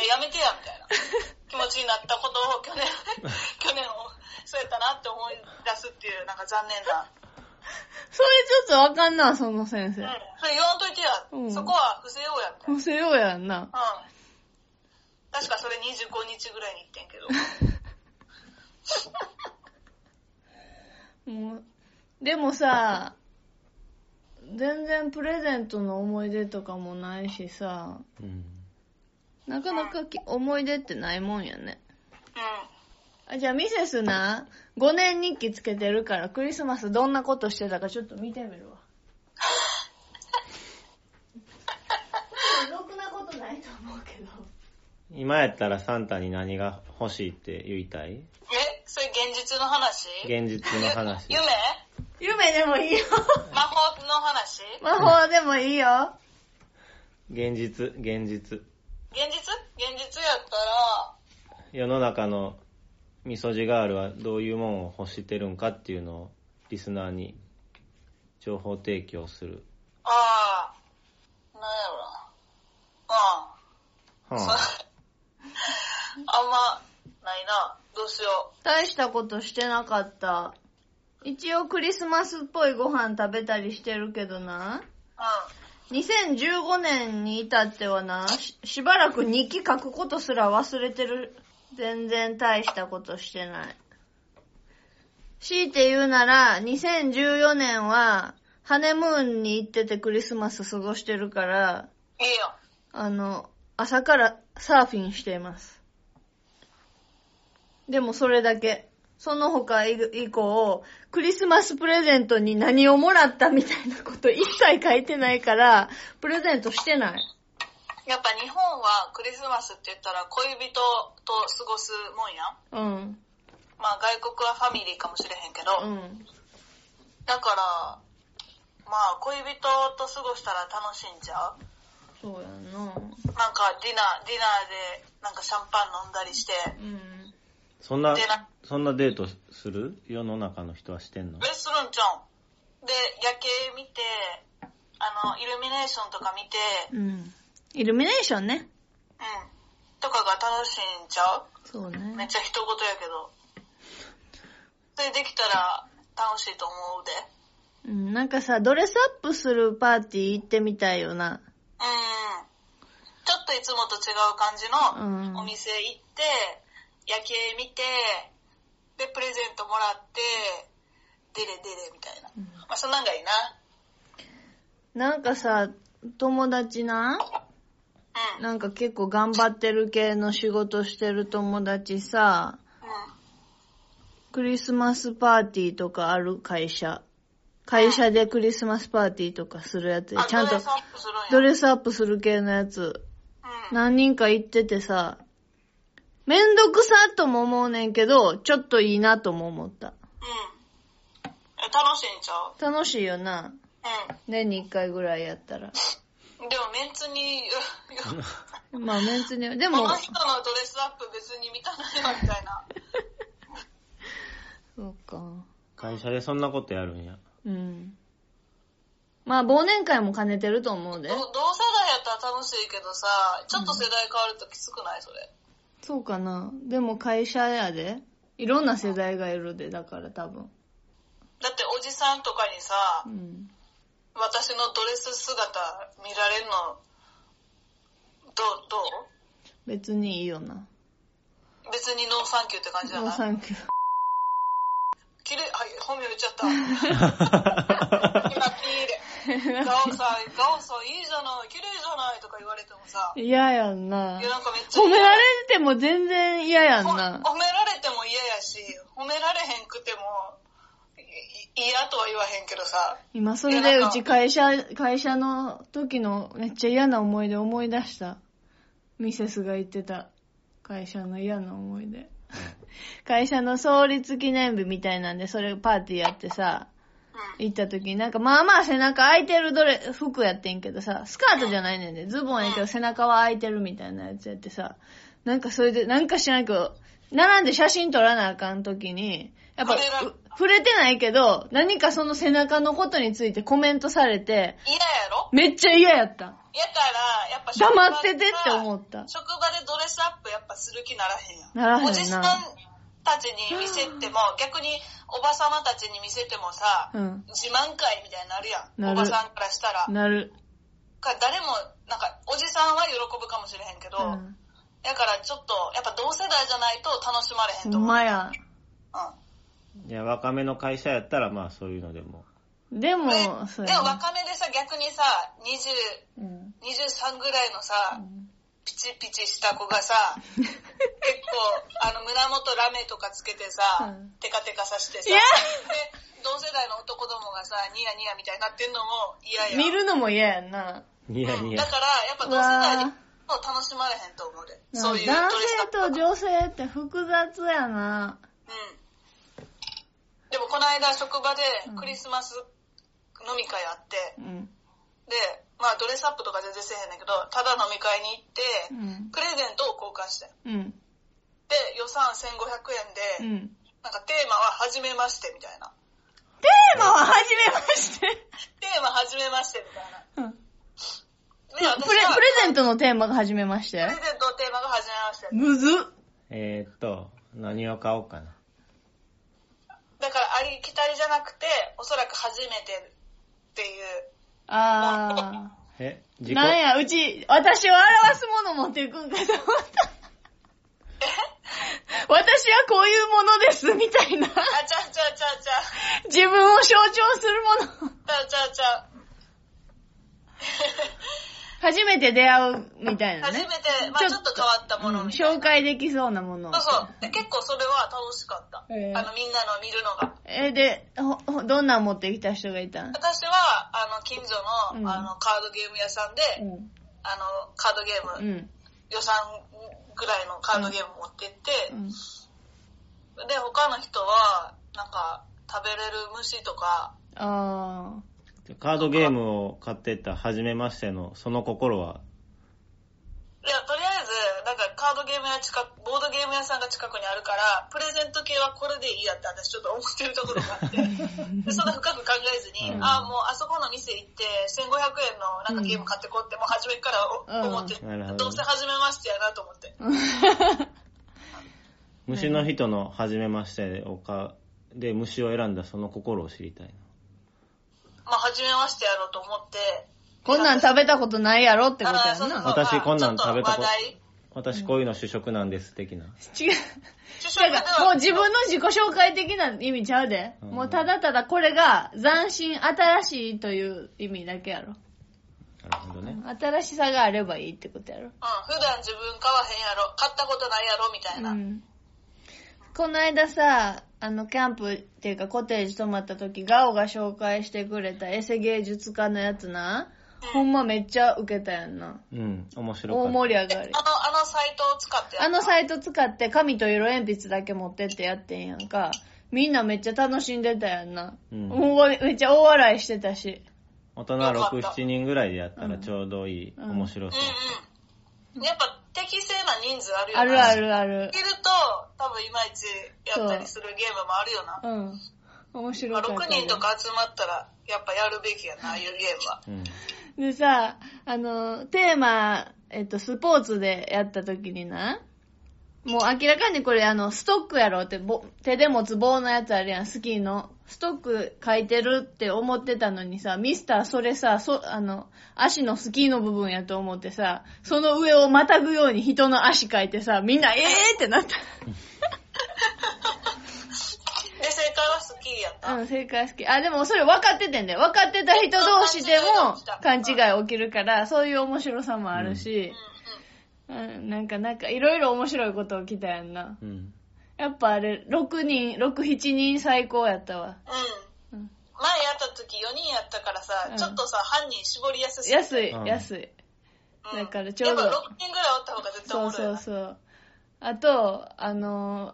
Speaker 3: や、やめてや、みたいな。気持ちになったことを去年、去年を、そうやったなって思い出すっていう、なんか残念な。
Speaker 1: それちょっとわかんな、その先
Speaker 3: うん
Speaker 1: 生。。
Speaker 3: それ言わんといてや、
Speaker 1: うん
Speaker 3: そこは伏せようや、みたいな。
Speaker 1: もうせようやんな。
Speaker 3: うん。確かそれ25日ぐらいに行ってんけど。
Speaker 1: もう、でもさ、全然プレゼントの思い出とかもないしさ、
Speaker 2: うん。
Speaker 1: なかなかき思い出ってないもんやね。
Speaker 3: う
Speaker 1: あ、じゃあミセスな、5年日記つけてるから、クリスマスどんなことしてたかちょっと見てみるわ。 (laughs) ろくなことないと思うけど。
Speaker 2: 今やったらサンタに何が欲しいって言いたい
Speaker 3: ん。えそれ現実の話
Speaker 2: 現実の話。
Speaker 3: 夢
Speaker 1: 夢でもいいよ。
Speaker 3: 魔法の話
Speaker 1: 魔法でもいいよ。
Speaker 2: 現実、現実。
Speaker 3: 現実現実やったら、
Speaker 2: 世の中のみそじガールはどういうもんを欲してるんかっていうのをリスナーに情報提供する。
Speaker 3: ああ、なんやろな。あ
Speaker 2: はあ、
Speaker 3: あ、あんま、ないな。どうしよ
Speaker 1: 大したことしてなかった。一応クリスマスっぽいご飯食べたりしてるけどな。
Speaker 3: う。う
Speaker 1: 2015年に至ってはな、ししばらく日記書くことすら忘れてる。全然大したことしてない。強いて言うなら、2014年は、ハネムーンに行っててクリスマス過ごしてるから、
Speaker 3: ん。いいよ。
Speaker 1: あの、朝からサーフィンしています。でもそれだけ。その他以以降、クリスマスプレゼントに何をもらったみたいなこと一切書いてないから、プレゼントしてない。
Speaker 3: やっぱ日本はクリスマスって言ったら恋人と過ごすもんやん。
Speaker 1: うん。
Speaker 3: まあ外国はファミリーかもしれへんけど。
Speaker 1: うん。
Speaker 3: だから、まあ、恋人と過ごしたら楽しいんちゃう
Speaker 1: そうやんな。
Speaker 3: なんかディナー、ディナーでなんかシャンパン飲んだりして、
Speaker 1: うん。
Speaker 2: そんな
Speaker 3: でな、
Speaker 2: そんなデートする世の中の人はしてんの
Speaker 3: レストランちゃん。で、夜景見て、あの、イルミネーションとか見て、
Speaker 1: うん。イルミネーションね。
Speaker 3: うん。とかが楽しいんちゃ
Speaker 1: そう
Speaker 3: うめっ
Speaker 1: ね。
Speaker 3: ちゃ人事やけど。それできたら楽しいと思うで。
Speaker 1: うん、なんかさ、ドレスアップするパーティー行ってみたいよな。
Speaker 3: うん。ちょっといつもと違う感じ
Speaker 1: うん
Speaker 3: のお店行って、夜景見て、で、プレゼントもらって、デレデレみたいな。まあ、そんなんがいいな。
Speaker 1: なんかさ、友達な、
Speaker 3: うん。
Speaker 1: なんか結構頑張ってる系の仕事してる友達さ、
Speaker 3: うん。
Speaker 1: クリスマスパーティーとかある会社。会社でクリスマスパーティーとかするやつ
Speaker 3: あ、
Speaker 1: ちゃん
Speaker 3: ド
Speaker 1: と
Speaker 3: レスアップするんや。
Speaker 1: ドレスアップする系のやつ。
Speaker 3: うん。
Speaker 1: 何人か行っててさ、めんどくさとも思うねんけど、ちょっといいなとも思った。
Speaker 3: うん。え楽しいんちゃう
Speaker 1: 楽しいよな。
Speaker 3: う
Speaker 1: 年に一回ぐらいやったら。
Speaker 3: ん。でもメンツに、
Speaker 1: (laughs)
Speaker 3: うん
Speaker 1: まあ別に、で
Speaker 3: こ
Speaker 1: も
Speaker 3: の、人のドレスアップ別に見たないよみたいな。
Speaker 1: そうか。
Speaker 2: 会社でそんなことやるんや。
Speaker 1: うん。まあ忘年会も兼ねてると思うで
Speaker 3: ど。同世代やったら楽しいけどさ、ちょっと世代変わるときつくないそれ。
Speaker 1: そうかな。でも会社やで。いろんな世代がいるで、だから多分。
Speaker 3: だっておじさんとかにさ、
Speaker 1: うん。
Speaker 3: 私のドレス姿見られるの、どう、ど
Speaker 1: 別にいいよな。
Speaker 3: う別にノーサンキューって感じじゃ
Speaker 1: ノー
Speaker 3: ない
Speaker 1: サンキュー。
Speaker 3: 綺麗、あ、本名言っ
Speaker 1: (laughs)
Speaker 3: ちゃった。今ピーで。ガオさん、ガオさんいいじゃない、綺麗じゃないとか言われてもさ、い
Speaker 1: 嫌やんな
Speaker 3: や。なんかめっちゃ
Speaker 1: 褒められ
Speaker 3: れ
Speaker 1: ても全然嫌やん
Speaker 3: 褒め
Speaker 1: な。
Speaker 3: 褒められても嫌やし、褒められへんくても、いい嫌とは言わへんけどさ、
Speaker 1: 今それでうち会社、会社の時のめっちゃ嫌な思い出思い出した。ミセスが言ってた。会社の嫌な思い出。会社の創立記念日みたいなんで、それパーティーやってさ、
Speaker 3: うん。
Speaker 1: 行った時になんかまあまあ背中空いてるどれ、服やってんけどさ、スカートじゃないねんで、ズボンやけど背中は空いてるみたいなやつやってさ、なんかそれで、なんか知らんけど、並んで写真撮らなあかん時に、やっぱ、う
Speaker 3: 触れらん
Speaker 1: 触れてないけど、何かその背中のことについてコメントされて、
Speaker 3: 嫌やろ
Speaker 1: めっちゃ嫌やった。
Speaker 3: やから、やっぱ職場
Speaker 1: 黙っててって思った。
Speaker 3: 職場でドレスアップやっぱする気ならへんやん。
Speaker 1: ならへんな
Speaker 3: おじさんたちに見せても、逆におばさまたちに見せてもさ、
Speaker 1: うん。
Speaker 3: 自慢会みたいになるやん。
Speaker 1: なる
Speaker 3: おばさんからしたら。
Speaker 1: なる。
Speaker 3: か誰も、なんか、おじさんは喜ぶかもしれへんけど、
Speaker 1: うん。
Speaker 3: だからちょっと、やっぱ同世代じゃないと楽しまれへんと
Speaker 1: ほん
Speaker 3: 思う。
Speaker 1: まや。
Speaker 3: うん
Speaker 2: いや、若めの会社やったら、まあそういうのでも。
Speaker 1: でも
Speaker 3: で、
Speaker 1: そう
Speaker 3: で
Speaker 1: や
Speaker 3: も
Speaker 1: な。
Speaker 3: 若めでさ、逆にさ、
Speaker 1: う
Speaker 3: 20、
Speaker 1: ん。
Speaker 3: 23ぐらいのさ、
Speaker 1: ん
Speaker 3: ピチピチした子
Speaker 1: (laughs)
Speaker 3: がさ、結構、あの、胸元ラメとかつけてさ、
Speaker 1: うん
Speaker 3: テカテカさしてさ、
Speaker 1: いや
Speaker 3: で、同世代の男どもがさ、ニヤニヤみたいになってんのも嫌や。
Speaker 1: 見るのも嫌やんな。
Speaker 2: ニヤニヤ
Speaker 3: だ。から、やっぱ同世代にも楽しまれへんと思うで。そういうドレ
Speaker 1: 男
Speaker 3: スアッ
Speaker 1: 性
Speaker 3: プ
Speaker 1: と女性って複雑やな。
Speaker 3: うん。でもこの間職場でクリスマス飲み会あって、
Speaker 1: うん。
Speaker 3: で、まあドレスアップとか全然せえへんねんけど、ただ飲み会に行って、
Speaker 1: うん。
Speaker 3: プレゼントを交換して。
Speaker 1: うん。
Speaker 3: で、予算
Speaker 1: う
Speaker 3: 1500円で、
Speaker 1: ん。
Speaker 3: なんかテーマは初めましてみたいな。
Speaker 1: テーマは初めま
Speaker 3: (laughs)
Speaker 1: して。
Speaker 3: テーマ初めましてみたいな。
Speaker 1: うん
Speaker 3: で、
Speaker 1: プレ、プレゼントのテーマが初めまして
Speaker 3: プレ。ゼントのテーマが初めまして。
Speaker 1: むずっ。
Speaker 2: えーっと、何を買おうかな。
Speaker 3: だからありきたりじゃなくて、おそらく初めてっていう。
Speaker 1: あ
Speaker 2: え、自
Speaker 1: ー。
Speaker 2: 己、
Speaker 1: なんや、うち、私を表すもの持っていくんかと思った。私はこういうものです、みたいな。
Speaker 3: あ、ちゃうちゃうちゃうちゃう。
Speaker 1: 自分を象徴するもの。
Speaker 3: ちゃうちゃうちゃう。
Speaker 1: 初めて出会う、みたいな
Speaker 3: 初め
Speaker 1: ね
Speaker 3: て。、まあちょっと変わったもの
Speaker 1: うん
Speaker 3: みたいな。
Speaker 1: 紹介できそうなものを
Speaker 3: そう。そう。で結構それは楽しかった。
Speaker 1: へー
Speaker 3: あの、みんなの見るのが。
Speaker 1: え、で、ほ、ほどんなん持ってきた人がいたん
Speaker 3: 私は、あの、近所の、
Speaker 1: うん
Speaker 3: あの、カードゲーム屋さんで、
Speaker 1: うん。
Speaker 3: あの、カードゲ
Speaker 1: う
Speaker 3: ーム、
Speaker 1: ん。
Speaker 3: 予算ぐらいのカードゲーム持ってって、
Speaker 1: うん
Speaker 3: で、他の人は、なんか、食べれる虫とか、
Speaker 1: あ
Speaker 2: カードゲームを買ってた初めましての、その心は
Speaker 3: いや、とりあえず、なんかカードゲーム屋近く、ボードゲーム屋さんが近くにあるから、プレゼント系はこれでいいやって私ちょっと思ってるところがあ
Speaker 1: (laughs)
Speaker 3: って、でそんな深く考えずに、
Speaker 2: うん
Speaker 3: あもうあそこの店行って1500円のなんかゲーム買ってこうって、もう初めからお思って、
Speaker 2: うんなるほど
Speaker 3: どうせ初めましてやなと思って。
Speaker 2: 虫の人の初めましてをか、で、虫を選んだその心を知りたいな。
Speaker 3: まあ初めましてやろうと思って、
Speaker 1: こんなん食べたことないやろってこと
Speaker 3: あ
Speaker 1: や
Speaker 3: ーそ
Speaker 1: ん
Speaker 3: うそう
Speaker 1: な。
Speaker 2: 私こんなん食べたこと
Speaker 3: まあちょっ話題
Speaker 2: 私こういうの主食なんです、的な。
Speaker 1: 違う。
Speaker 3: 主食
Speaker 1: だ
Speaker 3: では
Speaker 1: からもう自分の自己紹介的な意味ちゃうで。
Speaker 2: うん
Speaker 1: もうただただこれが斬新、新しいという意味だけやろ。
Speaker 2: なるほどね。
Speaker 1: 新しさがあればいいってことやろ。
Speaker 3: うん、普段自分買わへんやろ、買ったことないやろみたいな。
Speaker 1: う
Speaker 3: うん。
Speaker 1: ん。この間さ、あの、キャンプっていうかコテージ泊まった時、ガオが紹介してくれたエセ芸術家のやつな、ほんまめっちゃウケたやんな。
Speaker 2: うん、面白か
Speaker 1: 大
Speaker 2: った。
Speaker 1: 盛り上
Speaker 3: えあ
Speaker 1: が
Speaker 3: の
Speaker 1: り、。
Speaker 3: あのサイトを使ってや
Speaker 1: あ
Speaker 3: った
Speaker 1: のサイト使って紙と色鉛筆だけ持ってってやってんやんか。みんなめっちゃ楽しんでたやんな。
Speaker 2: うん
Speaker 1: もうめっちゃ大笑いしてたし。
Speaker 2: 大人6、7人ぐらいでやったらちょうどいい、
Speaker 1: うん
Speaker 2: 面白そう。
Speaker 3: うんうん。やっぱ適正な人数あるよな。
Speaker 1: あるあ。るある
Speaker 3: い。ると、多分いまいちやったりするゲームもあるよな。
Speaker 1: うん。面白
Speaker 3: ま
Speaker 1: か
Speaker 3: あ、
Speaker 1: ったね
Speaker 3: 6人とか集まったら、やっぱやるべきやな、ああいうゲームは。
Speaker 2: うん。
Speaker 1: でさ、あの、テーマ、えっと、スポーツでやった時にな、もう明らかにこれあの、ストックやろって、ぼ手で持つ棒のやつあるやん、スキーの。ストック書いてるって思ってたのにさ、ミスターそれさ、そ、あの、足のスキーの部分やと思ってさ、その上をまたぐように人の足書いてさ、みんな、えーってなっ
Speaker 3: で、正解はスキーやった。
Speaker 1: た。うん、正解好き。あ、でもそれ分かっててんだよ。分かってた人同士でも勘違い起きるから、そういう面白さもあるし、
Speaker 3: う
Speaker 1: うん、なんか、なんか、いろいろ面白いこと起きたやんな。
Speaker 2: うん。
Speaker 1: やっぱあれ、6人、6、7人最高やったわ。
Speaker 3: んうん。
Speaker 1: う
Speaker 3: うんん。前やった時4人やったからさ、
Speaker 1: うん
Speaker 3: ちょっとさ、犯人絞りやすすぎて
Speaker 1: 安い、
Speaker 2: うん
Speaker 1: 安い。
Speaker 3: うん、
Speaker 1: だからちょうど
Speaker 3: やっぱ6人ぐらいおった方が絶対お
Speaker 1: そう
Speaker 3: もろい
Speaker 1: そう
Speaker 3: よな。
Speaker 1: そう。あと、あのー、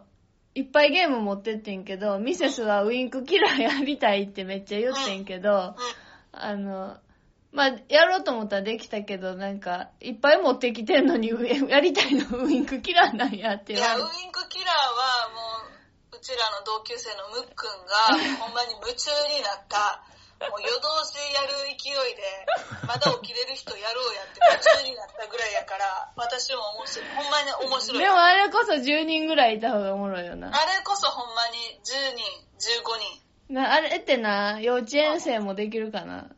Speaker 1: いっぱいゲーム持ってってんけど、ミセスはウィンクキラーやりたいってめっちゃ言ってんけど、あの、まあ、やろうと思ったらできたけど、なんか、いっぱい持ってきてんのに、 (laughs) ウィンやりたいのウィンクキラーなんやって
Speaker 3: い
Speaker 1: 言
Speaker 3: や、
Speaker 1: わ
Speaker 3: ウ
Speaker 1: れ
Speaker 3: インクキラーはもう、うちらの同級生のムックンが、
Speaker 1: (laughs)
Speaker 3: ほんまに夢中になった、もう夜通しやる勢い
Speaker 1: (laughs)
Speaker 3: で、まだ起きれる人やろうやって夢中になったぐらいやから、私も面白い。ほんまに面
Speaker 1: て。
Speaker 3: 白い。
Speaker 1: でもあれこそ10人ぐらいいた方がおもろいよな。
Speaker 3: あれこそほんまに10人、15人。
Speaker 1: な、あれってな、幼稚園生もできるかな。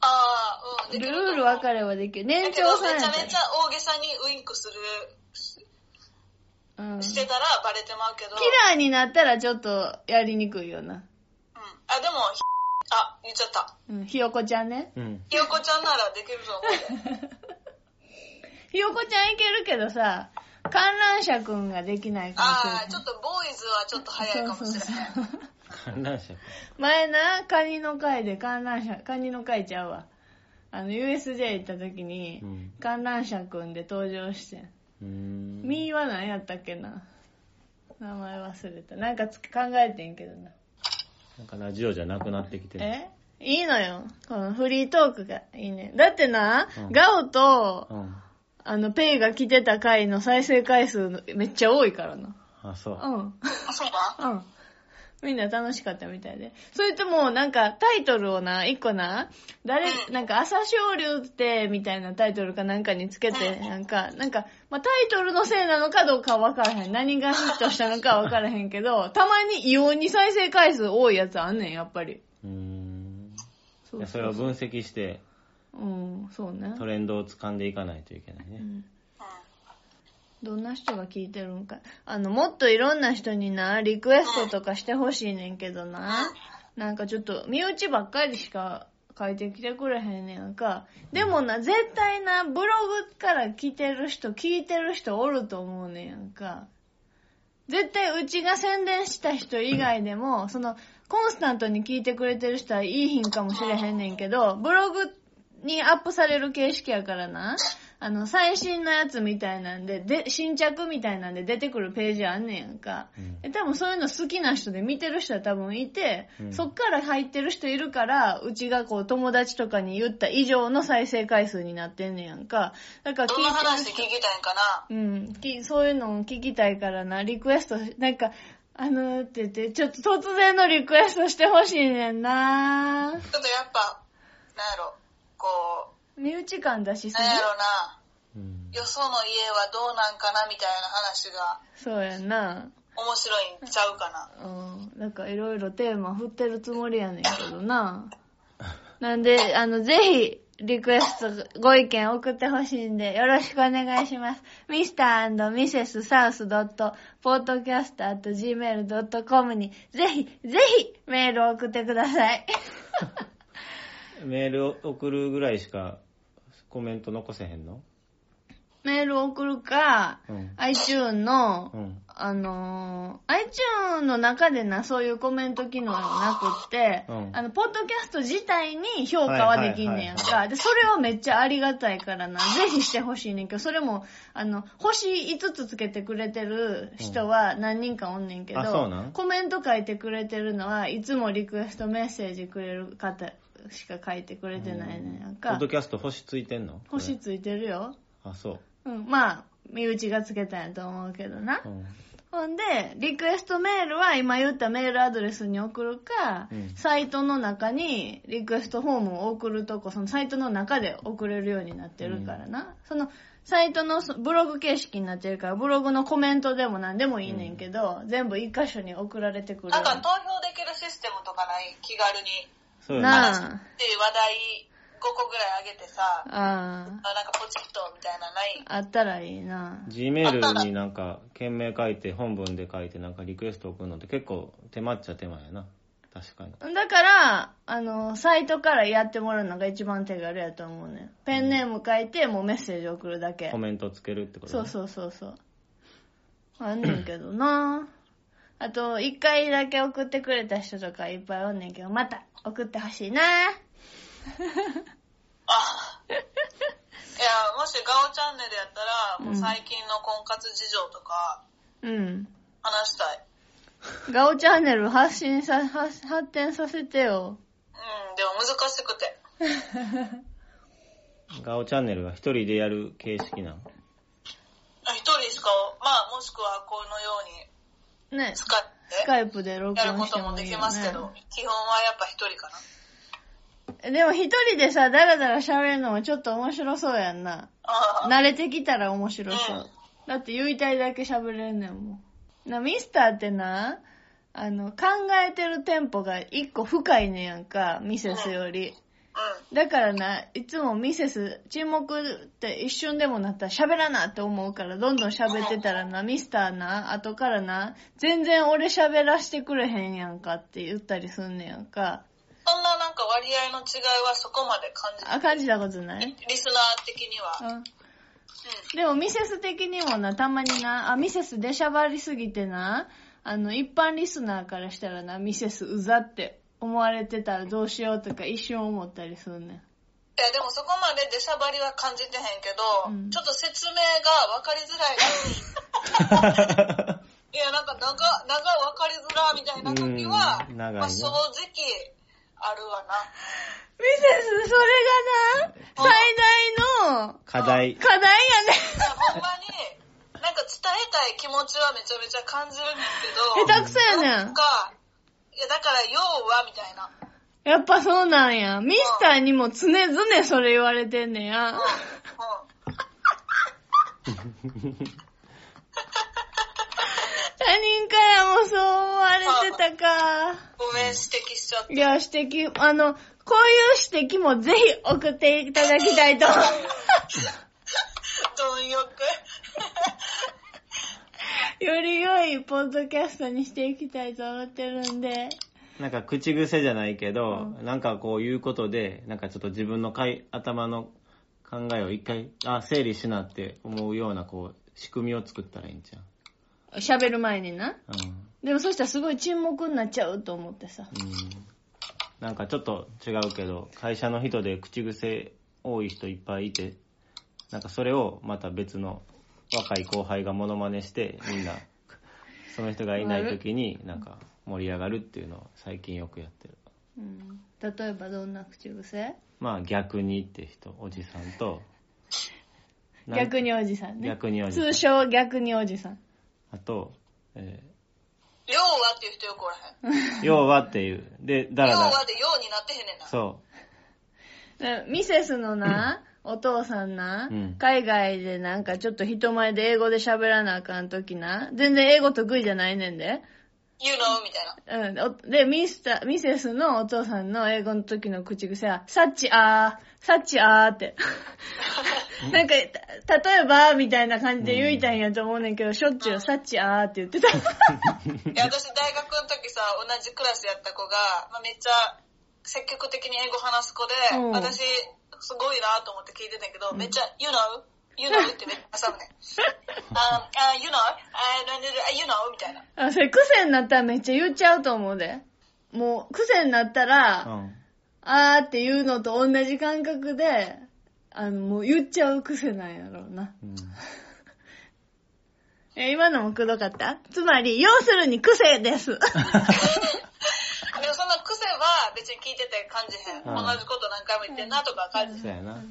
Speaker 3: ああ、うん。
Speaker 1: ル
Speaker 3: できる
Speaker 1: ール分かればできる。
Speaker 3: だ
Speaker 1: 年
Speaker 3: けど
Speaker 1: 長さんや
Speaker 3: めち
Speaker 1: か
Speaker 3: ゃめちゃ大げさにウインクする、
Speaker 1: ら。うん。
Speaker 3: し
Speaker 1: キ
Speaker 3: てたらバレてまうけど。
Speaker 1: ラーになったらちょっとやりにくいよな。
Speaker 3: うん。あ、でも、あ、言っちゃった。
Speaker 1: うん、ひよこちゃんね。
Speaker 2: うん。
Speaker 3: ひよこちゃんならできると思うで。
Speaker 1: ひよこちゃんいけるけどさ、観覧車くんができないかもしれな
Speaker 3: あ
Speaker 1: い。
Speaker 3: あ、ちょっとボーイズはちょっと早いかもしれない。
Speaker 1: そうそうそう
Speaker 2: 観覧車か。
Speaker 1: 前な、カニの会で観覧車、カニの会ちゃうわ。あの、USJ 行った時に
Speaker 2: う、ん。
Speaker 1: 観覧車くんで登場してん。
Speaker 2: うーん。
Speaker 1: みーは何やったっけな名前忘れた。なんかつ考えてんけどな。
Speaker 2: なんかラジオじゃなくなってきてる。
Speaker 1: えいいのよ。このフリートークがいいね。だってな、
Speaker 2: うん
Speaker 1: ガオと、
Speaker 2: うん。
Speaker 1: あの、ペイが来てた回の再生回数のめっちゃ多いからな。
Speaker 2: あ、そう。
Speaker 1: うん。
Speaker 3: あ、そうか
Speaker 1: うん。みんな楽しかったみたいで。それともうなんかタイトルをな、一個な、誰、なんか朝青龍ってみたいなタイトルかなんかにつけて、なんか、なんか、まあ、タイトルのせいなのかどうかわからへん。何がヒットしたのかわからへんけど、たまに異様に再生回数多いやつあんねん、やっぱり。
Speaker 2: うーん。
Speaker 1: そ
Speaker 2: いやそれを分析して、
Speaker 1: うん、そうね。
Speaker 2: トレンドを掴んでいかないといけないうね。
Speaker 1: ん
Speaker 3: う
Speaker 1: どんな人が聞いてるんかい。あの、もっといろんな人にな、リクエストとかしてほしいねんけどな。なんかちょっと、身内ばっかりしか書いてきてくれへんねやんか。でもな、絶対な、ブログから来てる人、聞いてる人おると思うねんやんか。絶対うちが宣伝した人以外で
Speaker 2: (laughs)
Speaker 1: も、その、コンスタントに聞いてくれてる人はいい品かもしれへんねんけど、ブログにアップされる形式やからな。あの、最新のやつみたいなんで、で、新着みたいなんで出てくるページあんねやんか。
Speaker 2: うん
Speaker 1: で多分そういうの好きな人で見てる人は多分いて、
Speaker 2: うん
Speaker 1: そっから入ってる人いるから、うちがこう友達とかに言った以上の再生回数になってんねやんか。だから聞い
Speaker 3: ど
Speaker 1: て
Speaker 3: んな
Speaker 1: る
Speaker 3: 話
Speaker 1: 人
Speaker 3: 聞きたいんかな
Speaker 1: うん、きそういうのを聞きたいからな、リクエスト、なんか、あのーって言って、ちょっと突然のリクエストしてほしいねんな
Speaker 3: ちょっとやっぱ、なんやろ、こ
Speaker 1: 身内感出し
Speaker 3: う、
Speaker 1: すぎ
Speaker 3: なんやろな、
Speaker 2: うん
Speaker 3: よその家はどうなんかなみたいな話が
Speaker 1: そうやんな
Speaker 3: 面白いんちゃうかな。
Speaker 1: うん、なんかいろいろテーマ振ってるつもりやねんけどななんで、あの、ぜひ、リクエスト、ご意見送ってほしいんで、よろしくお願いします。mr.mrs.south.podcast.gmail.com に、ぜひ、ぜひ、メールを送ってください。
Speaker 2: メールを送るぐらいしかコメント残せへんの
Speaker 1: (laughs) メール送るか、
Speaker 2: うん。
Speaker 1: iTune の、
Speaker 2: うん。
Speaker 1: あのー、iTune の中でな、そういうコメント機能はなくって、
Speaker 2: うん
Speaker 1: あの、ポッドキャスト自体に評価はできんねやん
Speaker 2: はいはいはいは
Speaker 1: か。で、それはめっちゃありがたいからな、ぜひしてほしいねんけど、それも、あの、星5つつけてくれてる人は何人かおんねんけど、
Speaker 2: あそうなん
Speaker 1: コメント書いてくれてるのは、いつもリクエストメッセージくれる方しか書いてくれてないねんやん
Speaker 2: ポッ
Speaker 1: か
Speaker 2: ド。キャスト星ついてんの
Speaker 1: 星
Speaker 2: こ
Speaker 1: ついてるよ。
Speaker 2: れあ、そう。
Speaker 1: うん、まあ、身内がつけたんやと思うけどな。
Speaker 2: うん。
Speaker 1: ほんで、リクエストメールは今言ったメールアドレスに送るか、
Speaker 2: うん
Speaker 1: サイトの中にリクエストフォームを送るとこ、そのサイトの中で送れるようになってるからな。その、サイトのそブログ形式になってるから、ブログのコメントでも何でもいいねんけど、全部一箇所に送られてくる。
Speaker 3: なんか投票できるシステムとかない気軽に。
Speaker 2: そうよね。
Speaker 1: なあ。
Speaker 3: っていう話題5個ぐらい上げてさ、あ
Speaker 1: あ
Speaker 3: なんかポチッとみたいなのない
Speaker 1: あ。あったらいいな。
Speaker 2: Gmail になんか、件名書いて、本文で書いて、なんかリクエスト送るのって結構手間っちゃ手間やな。確かに。
Speaker 1: だから、あの、サイトからやってもらうのが一番手軽やと思うねん。ペンネーム書いて、もうメッセージ送るだけ
Speaker 2: コ。メントつけるってこと
Speaker 1: そう
Speaker 2: う。
Speaker 1: そうそうそう。あんねんけどなあと、一回だけ送ってくれた人とかいっぱいおんねんけど、また送ってほしいな
Speaker 3: あいや、もしガオチャンネルやったら、もう最近の婚活事情とか
Speaker 1: うん。
Speaker 3: 話したい。
Speaker 1: ガオチャンネル発信さ、発発展させてよ。
Speaker 3: うん、でも難しくて。
Speaker 2: ガオチャンネルは一人でやる形式なの
Speaker 3: あ一人しか、まあもしくはこのように
Speaker 1: ね。
Speaker 3: 使
Speaker 1: ス
Speaker 3: って、
Speaker 1: カイプで録
Speaker 3: やる
Speaker 1: 音
Speaker 3: こ
Speaker 1: して
Speaker 3: とも
Speaker 1: も
Speaker 3: で
Speaker 1: いい
Speaker 3: き
Speaker 1: よ、ね。
Speaker 3: ますけど、基本はやっぱ一人かな。
Speaker 1: でも一人でさ、だらだら喋るのもちょっと面白そうやんな。
Speaker 3: ああ、
Speaker 1: (laughs) 慣れてきたら面白そう。だって言いたいだけ喋れんねんもん。な、ミスターってな、あの、考えてるテンポが一個深いねんやんか、ミセスより。
Speaker 3: うん。
Speaker 1: だからな、いつもミセス、沈黙って一瞬でもなったら喋らなって思うから、どんどん喋ってたらな、ミスターな、後からな、全然俺喋らしてくれへんやんかって言ったりすんねんやんか。
Speaker 3: そんななんか割合の違いはそこまで感じ
Speaker 1: あ、感じたことない
Speaker 3: リスナー的には。
Speaker 1: うん。
Speaker 3: うん。
Speaker 1: でもミセス的にもな、たまにな、あ、ミセス出しゃばりすぎてな、あの、一般リスナーからしたらな、ミセスうざって思われてたらどうしようとか一瞬思ったりするねん。
Speaker 3: いやでもそこまで出しゃばりは感じてへんけど、
Speaker 1: うん
Speaker 3: ちょっと説明が分かりづらい。
Speaker 1: (laughs)
Speaker 3: いや、なんか長、長分かりづらみたいな時は、
Speaker 2: うん長いね
Speaker 3: まあ正直あるわな。
Speaker 1: ミセス、それがな、最大の
Speaker 2: 課題。
Speaker 1: 課題やね
Speaker 3: いやほんまに、なんか伝えたい気持ちはめちゃめちゃ感じるんですけ
Speaker 1: (laughs)
Speaker 3: ど、
Speaker 1: 下手くそやね
Speaker 3: なん
Speaker 1: ん。
Speaker 3: か、いやだから要はみたいな。
Speaker 1: やっぱそうなんや。ミスターにも常々それ言われてんねや。(laughs)
Speaker 3: う
Speaker 1: 他人からもそう思われてたか。
Speaker 3: ん。ごめん、指摘しちゃって。
Speaker 1: いや、指摘、あの、こういう指摘もぜひ送っていただきたいと (laughs) 思う。
Speaker 3: 貪欲。
Speaker 1: より良いポッドキャストにしていきたいと思ってるんで。
Speaker 2: なんか口癖じゃないけど、なんかこういうことで、なんかちょっと自分のかい頭の考えを一回、あ、整理しなって思うようなこう、仕組みを作ったらいいんじゃん。
Speaker 1: 喋る前にな。
Speaker 2: うん。
Speaker 1: でもそしたらすごい沈黙になっちゃうと思ってさ。
Speaker 2: うんなんかちょっと違うけど、会社の人で口癖多い人いっぱいいて、なんかそれをまた別の若い後輩がモノマネして、みんな、その人がいない時になんか盛り上がるっていうのを最近よくやってる。
Speaker 1: うん、例えばどんな口癖
Speaker 2: まあ逆にって人、おじさんと、なん
Speaker 1: 逆におじさんね。
Speaker 2: 逆におじさ
Speaker 1: 通
Speaker 2: ん
Speaker 1: 称逆におじさん。
Speaker 2: あと、え
Speaker 3: 量はっていう人よくおらへん。
Speaker 2: ー要はっていう。で、だ
Speaker 3: 量
Speaker 2: らだ
Speaker 3: は
Speaker 2: ら。
Speaker 3: で量になってへんねんな。
Speaker 2: そ
Speaker 1: だミセスの
Speaker 2: (laughs)
Speaker 1: な、お父さんな、
Speaker 2: うん
Speaker 1: 海外でなんかちょっと人前で英語で喋らなあかんときな、全然英語得意じゃないねんで。
Speaker 3: You know みたいな。
Speaker 1: うん、おで、ミスター、ミセスのお父さんの英語の時の口癖は、サッチあー、サッチあーって。なんか、た例えば、みたいな感じで言いたいんやと思うねんけど、しょっちゅうサッチあーって言ってた。
Speaker 3: いや私大学の時さ同じクラスやった子が、まあ、めっちゃ積極的に英語話す子で、
Speaker 1: うん
Speaker 3: 私すごいなと思って聞いてたんやけど、めっちゃ「You know?」You know ってめっちゃ
Speaker 1: (laughs)
Speaker 3: 挟むねん。ああ you know? あ you know? みたいな。
Speaker 1: あそれ癖になったらめっちゃ言っちゃうと思うで。もう、癖になったら、
Speaker 2: う。うん。
Speaker 1: あーっていうのと同じ感覚で、あの、もう言っちゃう癖なんやろうな。
Speaker 3: (laughs)
Speaker 2: うん
Speaker 1: え、今のもくどかったつまり、要するに癖です。
Speaker 3: でもその癖は別に聞いてて感じへん。
Speaker 2: うん
Speaker 3: 同じこと何回も言ってんなとかは感じへん。
Speaker 2: そうやな。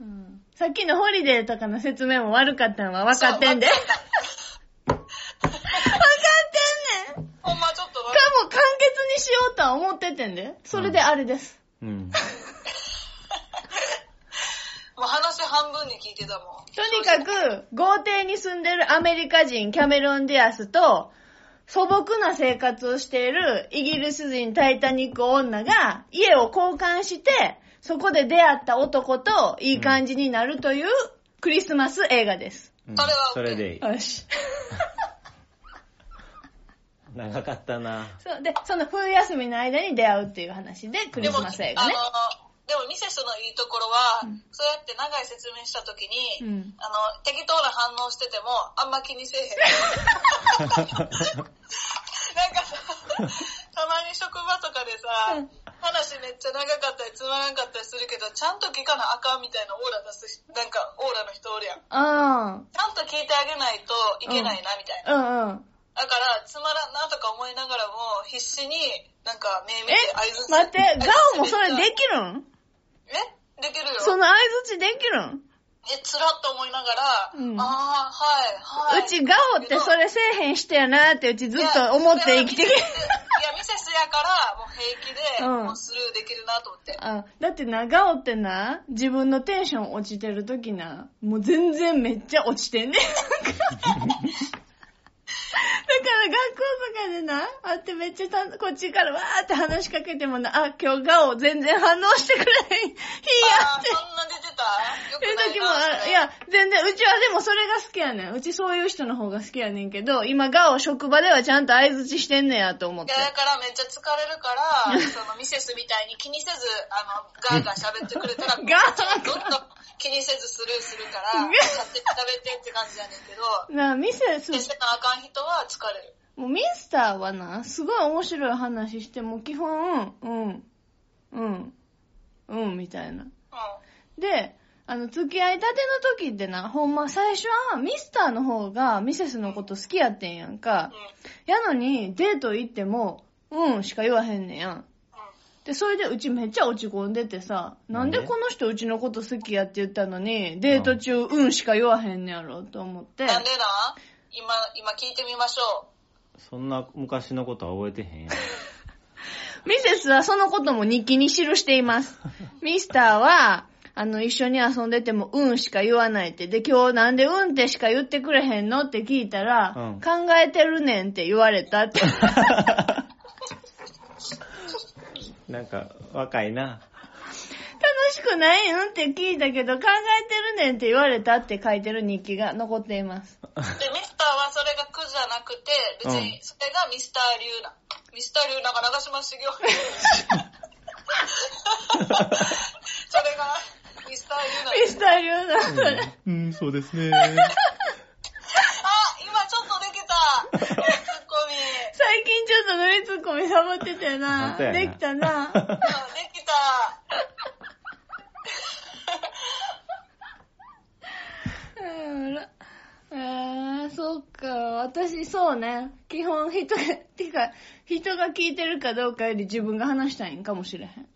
Speaker 1: うんさっきのホリデーとかの説明も悪かったのは分かってんで。分
Speaker 3: そ
Speaker 1: か
Speaker 3: う分か
Speaker 1: ってん (laughs) ねんかも
Speaker 3: ほんまちょっとわ
Speaker 1: 簡潔にしようとは思っててんで。それであれです。
Speaker 2: うん。
Speaker 3: もう話半分に聞いてたもん。
Speaker 1: とにかく、豪邸に住んでるアメリカ人キャメロン・ディアスと、素朴な生活をしているイギリス人タイタニック女が家を交換して、そこで出会った男といい感じになるというクリスマス映画です。
Speaker 2: うん
Speaker 3: それは OK
Speaker 2: それでいい。
Speaker 1: よし。
Speaker 2: 長かった (laughs) な。
Speaker 1: そうで、その冬休みの間に出会うっていう話でクリ
Speaker 3: で
Speaker 1: ス
Speaker 3: も、
Speaker 1: マス映
Speaker 3: あ
Speaker 1: 画ね。
Speaker 3: の、でもミセスのいいところは、そうやって長い説明したときに、
Speaker 1: うん
Speaker 3: あの、適当な反応してても、あんま気にせえへん。
Speaker 1: (laughs)
Speaker 3: なんかさ、たまに職場とかでさ、話めっちゃ長かったりつまらんかったりするけど、ちゃんと聞かなあかんみたいなオーラ出す、なんかオーラの人おるやん。ち
Speaker 1: あ
Speaker 3: ゃんと聞いてあげないといけないな、みたいな。
Speaker 1: あ、うんうん。
Speaker 3: だから、つまらんなとか思いながらも、必死になんか目見て合図
Speaker 1: え、待って、
Speaker 3: (laughs)
Speaker 1: ガオもそれできるん
Speaker 3: えできるよ。
Speaker 1: その相槌できるん
Speaker 3: え、つらっと思いながら、
Speaker 1: うん
Speaker 3: ああ、はい、はい。
Speaker 1: うちガオってそれせえへん人やなーってうちずっと思って生きてき
Speaker 3: いや、いやミセスやから、もう平気で、
Speaker 1: うん
Speaker 3: もうスルーできるなと思って。
Speaker 1: あ、だってな、ガオってな、自分のテンション落ちてるときな、もう全然めっちゃ落ちてんねん。なんかだから学校とかでな、あってめっちゃたこっちからわーって話しかけてもな、あ、今日ガオ全然反応してくれへん。いいや
Speaker 3: あ
Speaker 1: っ
Speaker 3: ー
Speaker 1: て。
Speaker 3: そんな出てたよ
Speaker 1: (laughs) そ
Speaker 3: く
Speaker 1: うい
Speaker 3: な
Speaker 1: う
Speaker 3: い
Speaker 1: 時も
Speaker 3: な
Speaker 1: ある。いや、全然、うちはでもそれが好きやねん。うちそういう人の方が好きやねんけど、今ガオ職場ではちゃんと相槌してんねやと思っ
Speaker 3: い
Speaker 1: て
Speaker 3: や。だからめっちゃ疲れるから、そのミセスみたいに気にせず、あの、ガーガー喋ってくれた
Speaker 1: ガ
Speaker 3: ら、
Speaker 1: ー
Speaker 3: どんどん気にせずスルーするから、
Speaker 1: ガー
Speaker 3: 勝手に食べてって感じやねんけど、
Speaker 1: なあ、ミセス
Speaker 3: で、、せなあかん人は疲れる。
Speaker 1: もうミスターはな、すごい面白い話しても基本、うん、うん、うん、みたいな。
Speaker 3: うん。
Speaker 1: で、あの、付き合いたての時ってな、ほんま最初はミスターの方がミセスのこと好きやってんやんか
Speaker 3: うん。。
Speaker 1: やのに、デート行っても、うんしか言わへんねやん。
Speaker 3: うん。
Speaker 1: で、それでうちめっちゃ落ち込んでてさ、なんで
Speaker 2: なんで
Speaker 1: この人うちのこと好きやって言ったのに、デート中、うんしか言わへんねやろと思って。
Speaker 3: なんでなん今、今聞いてみましょ
Speaker 2: そんな昔のことは覚えてへんやん。
Speaker 1: ミセスはそのことも日記に記してい
Speaker 2: (laughs)
Speaker 1: ます。ミスターは、あの、一緒に遊んでても、うんしか言わないって。で、今日なんでうんってしか言ってくれへんのって聞いたら、
Speaker 2: うん
Speaker 1: 考えてるねんって言われた
Speaker 2: (laughs)
Speaker 1: って。
Speaker 2: (laughs) なんか、若いな。
Speaker 1: 楽しくないんって聞いたけど、考えてるねんって言われたって書いてる日記が残っています。
Speaker 3: う。で、ミスターはそれが苦じゃなくて、別
Speaker 2: う
Speaker 3: に
Speaker 2: ん
Speaker 3: それがミスター流な。ミスター流なんか長島茂雄。それがミスター流な。
Speaker 1: ミスター流な、それ。
Speaker 2: (laughs) うん、そうですね。
Speaker 3: あ、今ちょっとできた。ツッコミ。
Speaker 1: 最近ちょっとノリツッコミサボってたよな。
Speaker 2: 本当やな
Speaker 1: できたな。
Speaker 3: うんできた。
Speaker 1: えー、そっか。私、そうね。基本、人 (laughs) が、てか、人が聞いてるかどうかより自分が話したいんかもしれへん。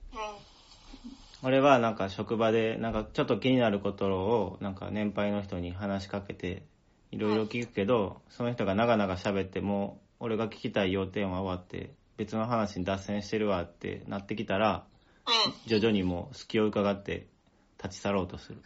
Speaker 2: 俺はなんか職場で、なんかちょっと気になることを、なんか年配の人に話しかけて、いろいろ聞くけど、その人が長々喋っても、俺が聞きたい要点は終わって、別の話に脱線してるわってなってきたら、
Speaker 3: うん。うん。
Speaker 2: 徐々にもう隙を伺って立ち去ろうとする。
Speaker 1: ミ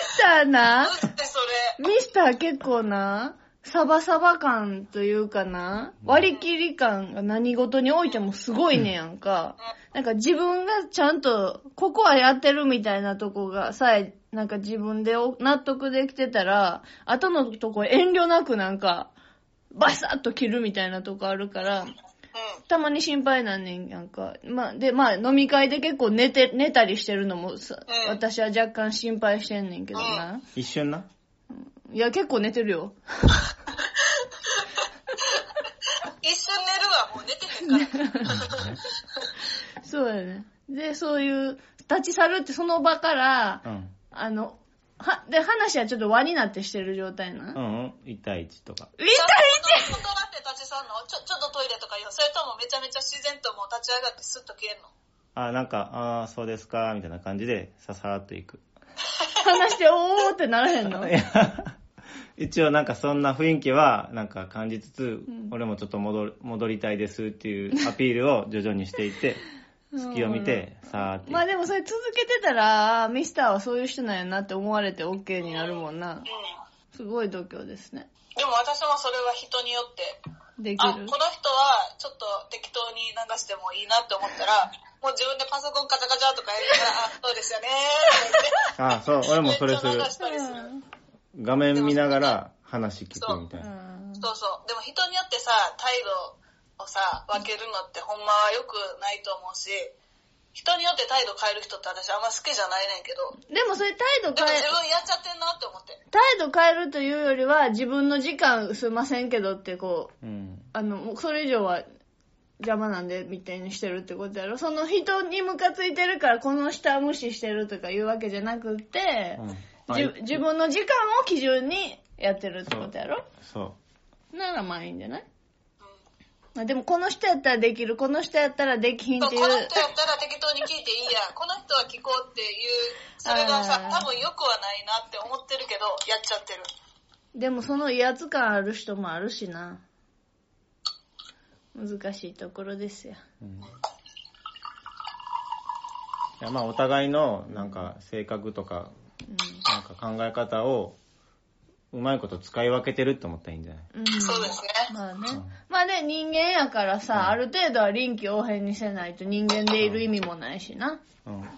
Speaker 1: スターな
Speaker 3: どうしてそれ。
Speaker 1: ミスター結構な、サバサバ感というかな、割り切り感が何事においてもすごいねやんか。なんか自分がちゃんと、ここはやってるみたいなとこがさえ、なんか自分でお納得できてたら、後のとこ遠慮なくなんか、バサッと切るみたいなとこあるから、
Speaker 3: うん。
Speaker 1: たまに心配なんねんやんか。まあ、で、まあ、飲み会で結構寝て、寝たりしてるのもさ、
Speaker 3: うん
Speaker 1: 私は若干心配してんねんけどな。
Speaker 2: 一瞬な。
Speaker 1: いや、結構寝てるよ。
Speaker 3: 一瞬寝るわ、もう寝てへんから。
Speaker 1: そうだよね。で、そういう、立ち去るってその場から、
Speaker 2: うん。
Speaker 1: あの、は、で、話はちょっと輪になってしてる状態な。
Speaker 2: うんうん。1対1とか。
Speaker 1: 痛い
Speaker 3: ちょっと断って立ち去んのちょ、ちょっとトイレとか言うのそれともめちゃめちゃ自然ともう立ち上がってスッと消えんの
Speaker 2: あ、なんか、ああ、そうですか、みたいな感じで、ささーっといく。 (laughs)
Speaker 1: 話して、おーってならへん
Speaker 3: (laughs)
Speaker 1: の
Speaker 2: いや一応なんかそんな雰囲気はなんか感じつつ、
Speaker 1: ん
Speaker 2: 俺もちょっと戻る戻りたいですっていうアピールを徐々にしていって、隙を見て、さーって。
Speaker 1: まあでもそれ続けてたら、あーミスターはそういう人なんやなって思われて OK になるもんな。すごい度胸ですね。
Speaker 3: でも私もそれは人によって、
Speaker 1: でき
Speaker 3: あ、こ
Speaker 1: る
Speaker 3: の。人はちょっと適当に流してもいいなって思ったら、もう自分でパソコンカチャカチャとかやりな
Speaker 1: (laughs)
Speaker 3: がら、あ、そうですよねーって
Speaker 2: ああ、そう、俺もそれす
Speaker 3: めっ
Speaker 2: る
Speaker 3: ちゃ。流したりする。
Speaker 2: 画面見ながら話聞くみたいな。
Speaker 1: うん
Speaker 3: そうそう。でも人によってさ、態度をさ、分けるのってほんまは良くないと思うし、人によって態度変える人って私あんま好きじゃないねんけど、
Speaker 1: でもそれ態度
Speaker 3: でも
Speaker 1: 変え
Speaker 3: 自、分やっちゃってんなって思って。
Speaker 1: 態度変えるというよりは、自分の時間すいませんけどってこう、
Speaker 2: うん。
Speaker 1: あの、もうそれ以上は邪魔なんで、みたいにしてるってことやろその人にムカついてるから、この人は無視してるとかいうわけじゃなくって、
Speaker 2: うん
Speaker 1: じ
Speaker 2: まあ
Speaker 1: 自分の時間を基準にやってるってことやろ
Speaker 2: そ
Speaker 1: ならまあいいんじゃないまあでもこの人やったらできる、この人やったらできひん
Speaker 3: そう
Speaker 1: ってい
Speaker 3: この
Speaker 1: う
Speaker 3: 人。やったら適当に聞いていいや、この人は聞こうっていう、それがさ、
Speaker 1: あー
Speaker 3: 多分良くはないなって思ってるけど、やっちゃってる。
Speaker 1: でもその威圧感ある人もあるしな。難しいところですよ。
Speaker 2: う。うんいやまあお互いのなんか性格とか
Speaker 1: う
Speaker 2: なんか考え方をうまいこと使い分けてるって思ったらいいんじゃない
Speaker 1: ん。うん、
Speaker 3: そうです
Speaker 1: (laughs)
Speaker 3: ね。
Speaker 1: まあね。まあね、人間やからさ、ある程度は臨機応変にせないと人間でいる意味もないしな。
Speaker 2: うん、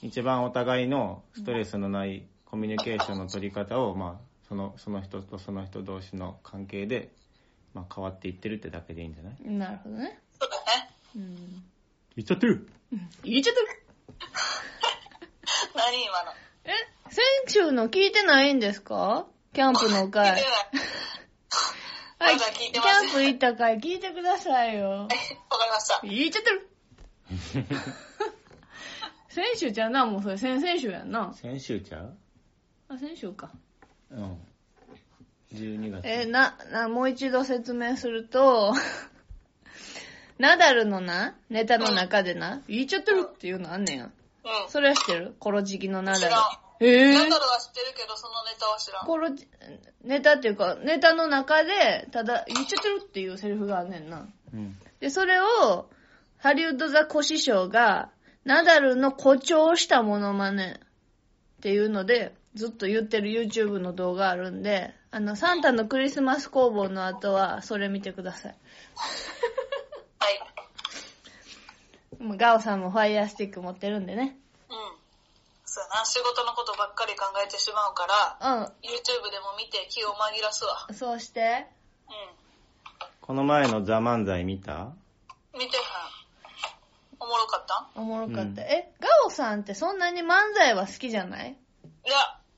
Speaker 2: 一番お互いのストレスのないコミュニケーションの取り方を、まあ、そのその人とその人同士の関係で、まあ、変わっていってるってだけでいいんじゃない
Speaker 1: なるほどね。
Speaker 3: そうだね。
Speaker 1: うん。
Speaker 2: いっちゃってる
Speaker 1: 言っちゃっ
Speaker 3: 何今の。
Speaker 1: た。え、先週の聞いてないんですかキャンプの
Speaker 3: 聞い
Speaker 1: 回
Speaker 3: て。ない。
Speaker 1: はい、キ
Speaker 3: まだ聞いてません
Speaker 1: ャンプ行った回聞いてくださいよ。
Speaker 3: わかりました。
Speaker 1: 言っちゃって
Speaker 3: (laughs)
Speaker 1: る。先週じゃな、もうそれ先々週やんな。
Speaker 2: 先週ちゃう
Speaker 1: あ、先週か。
Speaker 2: うん12月
Speaker 1: えーな、な、もう一度説明すると、ナダルのな、ネタの中でな、言っちゃってるっていうのあんねんや。
Speaker 3: うん。
Speaker 1: それは知ってるコロチキのナ
Speaker 3: 知
Speaker 1: ダ
Speaker 3: らん。
Speaker 1: ル。え
Speaker 3: ナ
Speaker 1: ぇ、
Speaker 3: ダルは知ってるけど、そのネタは知らん。
Speaker 1: コロチ、ネタっていうか、ネタの中で、ただ、言っちゃってるっていうセリフがあんねんな。
Speaker 2: うん
Speaker 1: で、それを、ハリウッドザコ師匠が、ナダルの誇張したモノマネっていうので、ずっと言ってる YouTube の動画あるんで、あの、サンタのクリスマス工房の後は、それ見てください。
Speaker 3: はい。
Speaker 1: もうガオさんもファイヤースティック持ってるんでね。
Speaker 3: うん。そうやな、仕事のことばっかり考えてしまうから、
Speaker 1: う
Speaker 3: YouTube でも見て気を紛らすわ。
Speaker 1: ん。そうして、
Speaker 3: う
Speaker 2: この前の「ザ・漫才」見 (laughs) た
Speaker 3: ん。見てへん。おもろかった
Speaker 1: おもろかった。
Speaker 2: うん
Speaker 1: え、ガオさんってそんなに漫才は好きじゃない
Speaker 3: いや、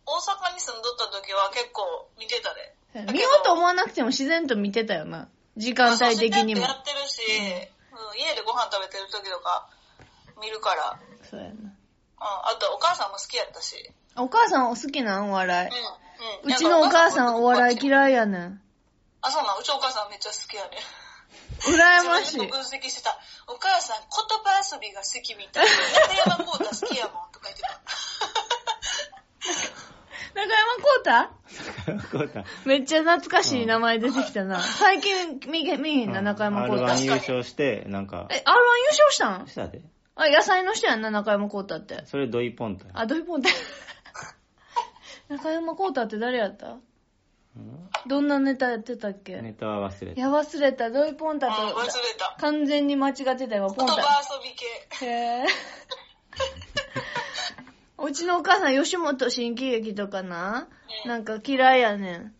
Speaker 3: 大阪に住んどった時は結構見てたで。
Speaker 1: 見ようと思わなくても自然と見てたよな。時間帯的にも
Speaker 3: や。ってるし、うん、家でご飯食べてる時とか見るから。うん、
Speaker 1: そうやな。
Speaker 3: あとお母さんも好きやったし。
Speaker 1: お母さんお好きなんお笑
Speaker 3: うん。
Speaker 1: うちのお母さんお笑い
Speaker 3: い。
Speaker 1: 嫌いやねん。
Speaker 3: あ、そうなん、うちお母さんめっちゃ好きやね。
Speaker 1: 羨まし
Speaker 3: 自分
Speaker 1: い
Speaker 3: で。分析してた。お母さん、言葉遊びが好きみたい。中山コータ好きやもんとか言ってた。
Speaker 1: 中山浩太
Speaker 2: こうだ
Speaker 1: めっちゃ懐かしい名前出てきたな。 (laughs) 最近見げ見えへんな、中山浩
Speaker 2: R1
Speaker 1: 太。
Speaker 2: 優勝して、なんか、
Speaker 1: え、R1 優勝したん
Speaker 2: したで。
Speaker 1: あ、野菜の人やんな、中山浩太って。
Speaker 2: それドイポンタや。
Speaker 1: あ、どういうこと (laughs) 中山浩太って誰やった
Speaker 2: うん
Speaker 1: どんなネタやってたっけ、
Speaker 2: ネタは忘れ
Speaker 1: い
Speaker 2: た。
Speaker 1: や、忘れた。ドイポン (laughs) タと
Speaker 3: うん、忘れた。
Speaker 1: 完全に間違ってた今、ポ
Speaker 3: 言
Speaker 1: ンタ。
Speaker 3: 葉遊び系。
Speaker 1: へぇ。 (laughs) うちのお母さん、吉本新喜劇とかな、なんか嫌いやねん。
Speaker 3: うーん。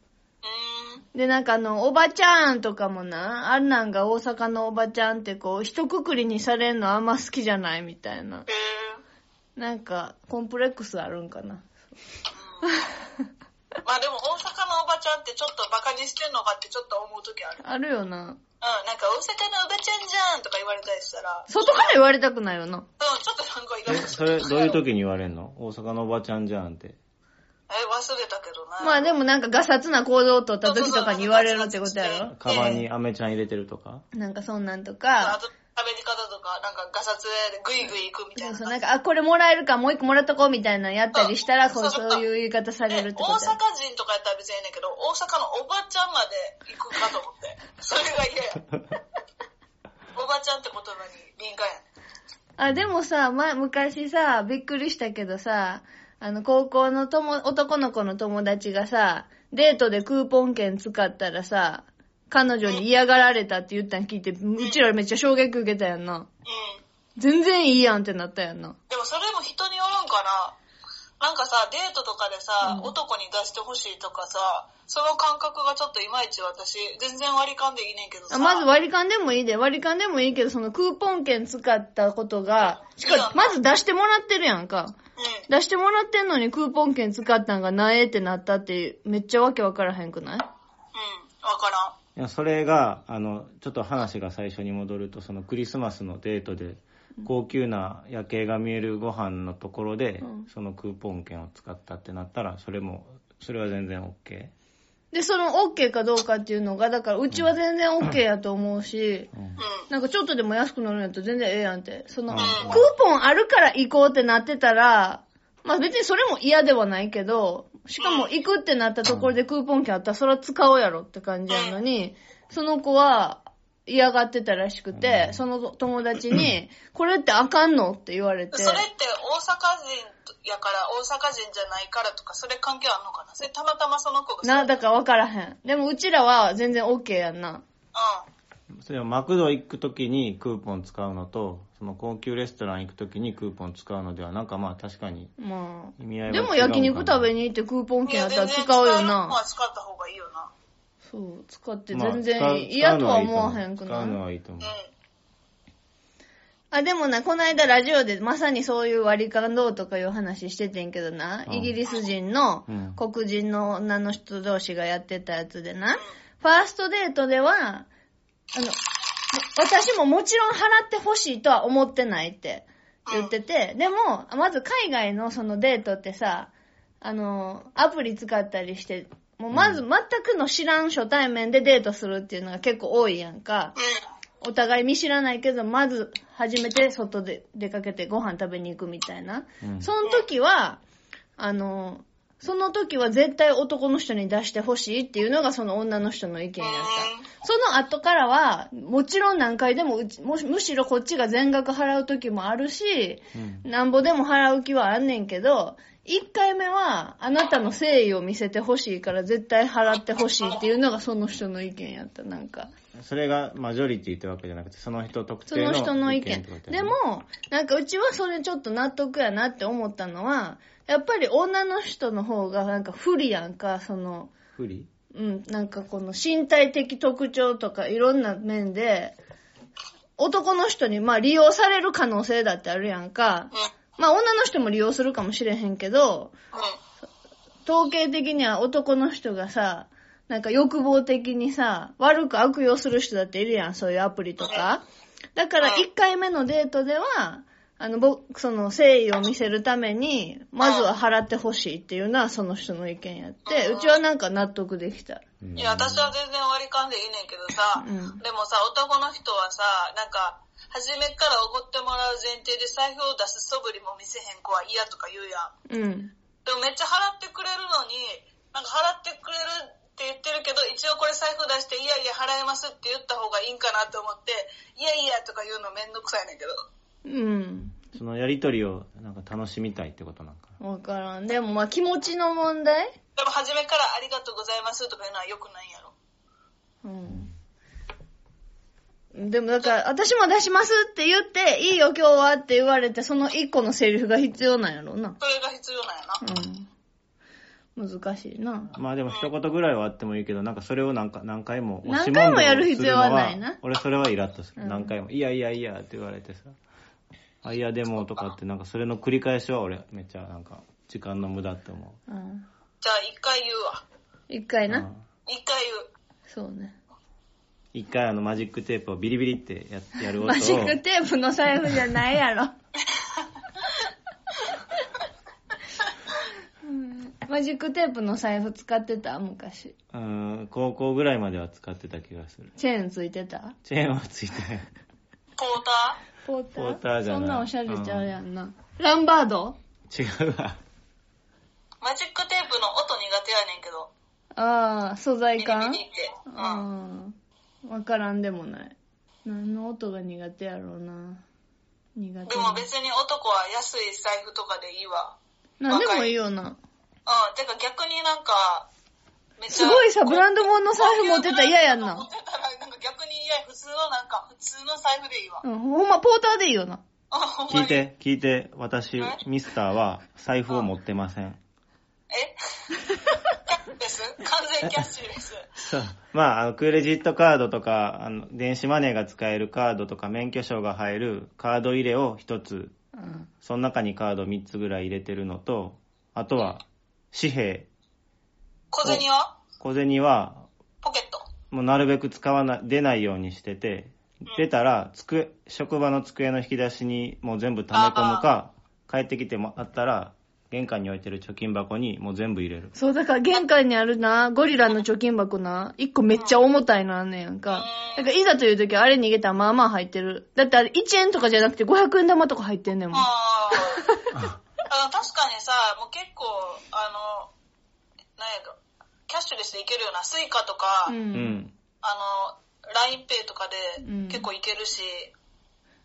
Speaker 1: で、なんかあの、おばちゃんとかもな、あんなんが大阪のおばちゃんってこう、一括りにされんのあんま好きじゃないみたいな。
Speaker 3: え
Speaker 1: なんか、コンプレックスあるんかな。
Speaker 3: ー。まあでも大阪のおばちゃんってちょっとバカにしてんのかってちょっと思う時ある。
Speaker 1: あるよな。
Speaker 3: うん、なんか大阪のおばちゃんじゃんとか言われたりしたら、うん、ちょ
Speaker 1: 外から言われたくないよな。
Speaker 3: っとなんかイラ
Speaker 2: え、
Speaker 3: ッとす
Speaker 2: それ
Speaker 3: る。
Speaker 2: どういう時に言われんの大阪のおばちゃんじゃんって。
Speaker 3: え、忘れたけどな。
Speaker 1: まあでもなんかガサツな行動を取った時とかに言われるってことや
Speaker 3: そうそうそう
Speaker 1: ろ
Speaker 2: カバンにアメちゃん入れてるとか
Speaker 1: なんかそんなんと
Speaker 3: あ
Speaker 1: か、
Speaker 3: と、食べり方とか、なんかガサツでグイグイ行くみた
Speaker 1: そ
Speaker 3: いうな。
Speaker 1: そう、なんか、あ、これもらえるか、もう一個もらっとこうみたいなのやったりしたら、こ
Speaker 3: う
Speaker 1: う、
Speaker 3: んそ
Speaker 1: そ
Speaker 3: うそう
Speaker 1: ういう言い方されるって
Speaker 3: 大
Speaker 1: ことや
Speaker 3: 阪人とかやったら別にいいねんけど、大阪のおばちゃんまで行くかと
Speaker 1: (laughs)
Speaker 3: 思って。それが嫌や。おばちゃんって言葉に敏感やね
Speaker 1: あ、でもさ、前、昔さ、びっくりしたけどさ、あの、高校のとも、男の子の友達がさ、デートでクーポン券使ったらさ、彼女に嫌がられたって言ったん聞いて、うちらめっちゃ衝撃受けたやんな。
Speaker 3: うん。
Speaker 1: 全然いいやんってなったやんな。
Speaker 3: でもそれも人によるんかな。なんかさ、デートとかでさ、
Speaker 1: うん
Speaker 3: 男に出してほしいとかさ、その感覚がちょっといまいち私、全然割り勘でいいねんけどさ。
Speaker 1: あまず割り勘でもいいで、割り勘でもいいけど、そのクーポン券使ったことが、しかも、まず出してもらってるやんか。
Speaker 3: うん。
Speaker 1: 出してもらってんのにクーポン券使ったんがないってなったって、めっちゃわけわからへんくない
Speaker 3: うん。わからん。
Speaker 2: いやそれが、あの、ちょっと話が最初に戻ると、そのクリスマスのデートで、高級な夜景が見えるご飯のところで、
Speaker 1: うん
Speaker 2: そのクーポン券を使ったってなったら、それも、それは全然 OK。
Speaker 1: で、その OK かどうかっていうのが、だからうちは全然 OK やと思うし、
Speaker 2: うん
Speaker 3: う。ん。
Speaker 1: なんかちょっとでも安くなるんやったら全然ええやんって。その、
Speaker 2: うん
Speaker 1: クーポンあるから行こうってなってたら、まあ別にそれも嫌ではないけど、しかも行くってなったところでクーポン券あったらそれは使おうやろって感じやのに、その子は嫌がってたらしくて、その友達に、これってあかんのって言われて。
Speaker 3: それって大阪人やから、大阪人じゃないからとか、それ関係あんのかなそれたまたまその子が
Speaker 1: な、だ
Speaker 3: か
Speaker 1: から分からへん。でもうちらは全然 OK やんな。
Speaker 3: うん。
Speaker 2: それはマクド行くときにクーポン使うのと、その高級レストラン行くときにクーポン使うのでは、なんかまあ確かに
Speaker 1: まあ。
Speaker 2: 意味合いは違
Speaker 1: で
Speaker 2: うんか
Speaker 1: も
Speaker 2: な
Speaker 1: 焼肉食べに行ってクーポン
Speaker 3: い
Speaker 1: 券あっ
Speaker 3: や、
Speaker 1: たら
Speaker 3: 全
Speaker 1: 使
Speaker 3: 然使
Speaker 1: う
Speaker 3: う
Speaker 1: よ
Speaker 3: よな。ま
Speaker 1: な
Speaker 3: あ。使った方がいいよな。
Speaker 1: そう、使って
Speaker 2: まあ
Speaker 1: 全
Speaker 2: 使う
Speaker 1: 然嫌とは思わへんく
Speaker 2: 使うの
Speaker 1: ない
Speaker 2: はいいと思う
Speaker 3: うん。。
Speaker 1: あ、でもな、この間ラジオでまさにそういう割り勘どうとかいう話しててんけどな、
Speaker 2: うん
Speaker 1: イギリス人の
Speaker 2: うん
Speaker 1: 黒人の女の人同士がやってたやつでな、ファーストデートでは、あの、私ももちろん払ってほしいとは思ってないって言ってて、でも、まず海外のそのデートってさ、あの、アプリ使ったりして、もうまず全くの知らん初対面でデートするっていうのが結構多いやんか。お互い見知らないけど、まず、初めて外で出かけてご飯食べに行くみたいな。
Speaker 2: うん
Speaker 1: その時は、あの、その時は絶対男の人に出してほしいっていうのがその女の人の意見やった。その後からは、もちろん何回でもうちもし、むしろこっちが全額払う時もあるし、
Speaker 2: うん
Speaker 1: なんぼでも払う気はあんねんけど、1回目はあなたの誠意を見せてほしいから絶対払ってほしいっていうのがその人の意見やった、なんか。
Speaker 2: それがマジョリティってわけじゃなくて、その人特
Speaker 1: そ
Speaker 2: 定
Speaker 1: の人の
Speaker 2: の
Speaker 1: 意
Speaker 2: 意見っ
Speaker 1: 見
Speaker 2: てこと。
Speaker 1: で
Speaker 2: やね、
Speaker 1: も、なんかうちはそれちょっと納得やなって思ったのは、やっぱり女の人の方がなんか不利やんか、その、
Speaker 2: 不利
Speaker 1: うん、なんかこの身体的特徴とかいろんな面で、男の人にまあ利用される可能性だってあるやんか。まあ女の人も利用するかもしれへんけど、統計的には男の人がさ、なんか欲望的にさ、悪く悪用する人だっているやん、そういうアプリとか。だから1回目のデートでは、あの、僕、その、誠意を見せるために、まずは払ってほしいっていうのはその人の意見やって、うちはなんか納得できた。
Speaker 2: うん
Speaker 3: いや、私は全然割り勘でいいねんけどさ、
Speaker 1: うん
Speaker 3: でもさ、男の人はさ、なんか、初めからおごってもらう前提で財布を出す素振りも見せへん子は嫌とか言うや
Speaker 1: う
Speaker 3: ん。
Speaker 1: ん。
Speaker 3: でもめっちゃ払ってくれるのに、なんか払ってくれるって言ってるけど、一応これ財布出して、いやいや払いますって言った方がいいんかなって思って、いやいやとか言うのめんどくさいねんけど。
Speaker 1: うん。
Speaker 2: そのやりとりをなんか楽しみたいってことなんか
Speaker 1: わからん。でもまあ気持ちの問題
Speaker 3: でも初めからありがとうございますとか言うのは良くないんやろ。
Speaker 1: うん。でもだから、私も出しますって言って、いいよ今日はって言われて、その一個のセリフが必要なんやろうな。
Speaker 3: それが必要なんやな。
Speaker 1: うん。難しいな。
Speaker 2: まあでも一言ぐらいはあってもいいけど、なんかそれをなんか何回も押
Speaker 1: 何
Speaker 2: し
Speaker 1: 回も
Speaker 2: 問答
Speaker 1: やる必要はないな
Speaker 2: するの俺それはイラッとする。
Speaker 1: うん
Speaker 2: 何回も、いやいやいやって言われてさ、あ、いやでもとかってなんかそれの繰り返しは俺めっちゃなんか時間の無駄って思
Speaker 1: うん。
Speaker 3: じゃあ一回言うわ。
Speaker 1: 一
Speaker 2: う。
Speaker 1: 回
Speaker 2: う
Speaker 1: な。
Speaker 2: ん
Speaker 3: 一回言う。
Speaker 1: そうね。
Speaker 2: 一回あのマジックテープをビリビリってややる音を
Speaker 1: マジックテープの財布じゃないやろ。うんマジックテープの財布使ってた昔。
Speaker 2: うん、高校ぐらいまでは使ってた気がする。
Speaker 1: チェーンついてた
Speaker 2: チェーンはついてない。 (laughs)
Speaker 3: ポーター
Speaker 1: ポーター
Speaker 2: ポーターじゃ
Speaker 1: そ
Speaker 2: ない
Speaker 1: んなおしゃれちゃうやんな。ランバード
Speaker 2: 違うわ。
Speaker 3: マジックテープの音苦手やねんけど。
Speaker 1: ああ、素材
Speaker 3: ビリ
Speaker 1: 感
Speaker 3: ビリって。うん。
Speaker 1: ああ、わからんでもない。何の音が苦手やろうな。苦手
Speaker 3: でも別に男は安い財布とかでいいわ。
Speaker 1: な。何でもいいよな。
Speaker 3: うん、てか逆になんか、めっち
Speaker 1: す
Speaker 3: ゃ。
Speaker 1: ごいさ、ブランド物の財布持ってたら嫌やん
Speaker 3: 持っ
Speaker 1: な。
Speaker 3: てたら、なんか逆に嫌や、普通のなんか、普通の財布でいいわ。
Speaker 1: うん、ほんま、ポーターでいいよな。
Speaker 3: あ、ほんまに
Speaker 2: 聞い。て、聞いて、私
Speaker 3: え、
Speaker 2: ミスターは財布を持ってません。
Speaker 1: (laughs)
Speaker 3: えキャッシュレス完全キャッシュレス。
Speaker 2: そう。まあ、あの、クレジットカードとか、あの、電子マネーが使えるカードとか、免許証が入るカード入れを一つ、
Speaker 1: うん。
Speaker 2: その中にカード3つぐらい入れてるのと、あとは、紙幣、
Speaker 3: 小銭は
Speaker 2: 小銭は、
Speaker 3: ポケット。
Speaker 2: もうなるべく使わない、出ないようにしてて、出たら、机、職場の机の引き出しにもう全部溜め込むか、帰ってきてもあったら、玄関に置いてる貯金箱にもう全部入れる。
Speaker 1: そう、だから玄関にあるな、ゴリラの貯金箱な、一個めっちゃ重たいのあんねやんか。だからいざという時あれ逃げたらまあまあ入ってる。だってあれ1円とかじゃなくて500円玉とか入ってんねんもん。
Speaker 3: ああ。あの確かにさ、もう結構、あの、なんやろ、キャッシュレスでいけるような、スイカとか、
Speaker 1: う。
Speaker 2: うんん。
Speaker 3: あの、LINEPay とかで
Speaker 1: うん
Speaker 3: 結構いけるし、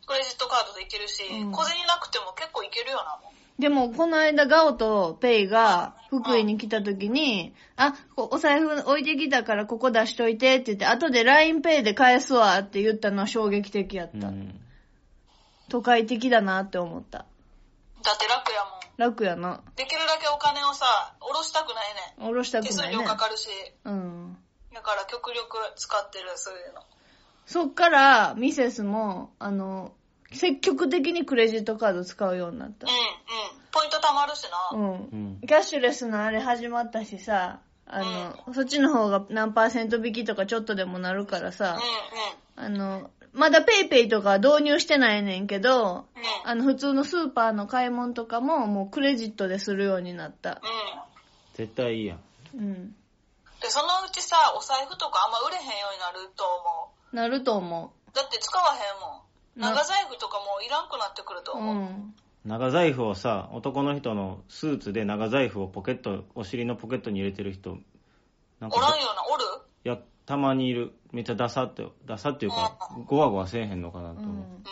Speaker 3: クレジットカードでいけるし、
Speaker 1: うん
Speaker 3: 小銭なくても結構いけるよな、もう。
Speaker 1: でも、この間、ガオとペイが福井に来た時に、あ、こお財布置いてきたからここ出しといてって言って、後で LINEPay で返すわって言ったのは衝撃的やっ
Speaker 2: う
Speaker 1: た。
Speaker 2: ん。
Speaker 1: 都会的だなって思った。
Speaker 3: だって楽やもん。
Speaker 1: 楽やな。
Speaker 3: できるだけお金をさ、下ろしたくないね
Speaker 1: おろした
Speaker 3: ん。
Speaker 1: く
Speaker 3: 手数
Speaker 1: ない
Speaker 3: 料
Speaker 1: ね。
Speaker 3: かかるし、
Speaker 1: うん。
Speaker 3: だから極力使ってる、そういうの。
Speaker 1: そっから、ミセスも、あの、積極的にクレジットカード使うようになっ
Speaker 3: う
Speaker 1: た
Speaker 3: ん、。うん。ポイント貯まるしな。
Speaker 1: うん
Speaker 2: う。ん。
Speaker 1: キャッシュレスのあれ始まったしさ、あの、そっちの方が何パーセント引きとかちょっとでもなるからさ、
Speaker 3: うん、うん、
Speaker 1: あの、まだペイペイとかは導入してないねんけど、
Speaker 3: うん。
Speaker 1: あの、普通のスーパーの買い物とかももうクレジットでするようになった。
Speaker 3: う
Speaker 2: 絶対いいやん。
Speaker 1: うん。
Speaker 3: ん。で、そのうちさ、お財布とかあんま売れへんようになると思
Speaker 1: なると思
Speaker 3: う。だって使わへんもん。
Speaker 1: な
Speaker 3: 長財布とかもういらんくなってくると
Speaker 1: う。う
Speaker 3: 思う。
Speaker 1: ん。
Speaker 2: 長財布をさ男の人のスーツで長財布をポケットお尻のポケットに入れてる人なん
Speaker 3: おらん
Speaker 2: か
Speaker 3: よな、おる
Speaker 2: いやたまにいるめっちゃダサってダサっていうかゴワゴワせえへんのかなと
Speaker 1: う
Speaker 2: 思う、
Speaker 1: ん。
Speaker 3: うん。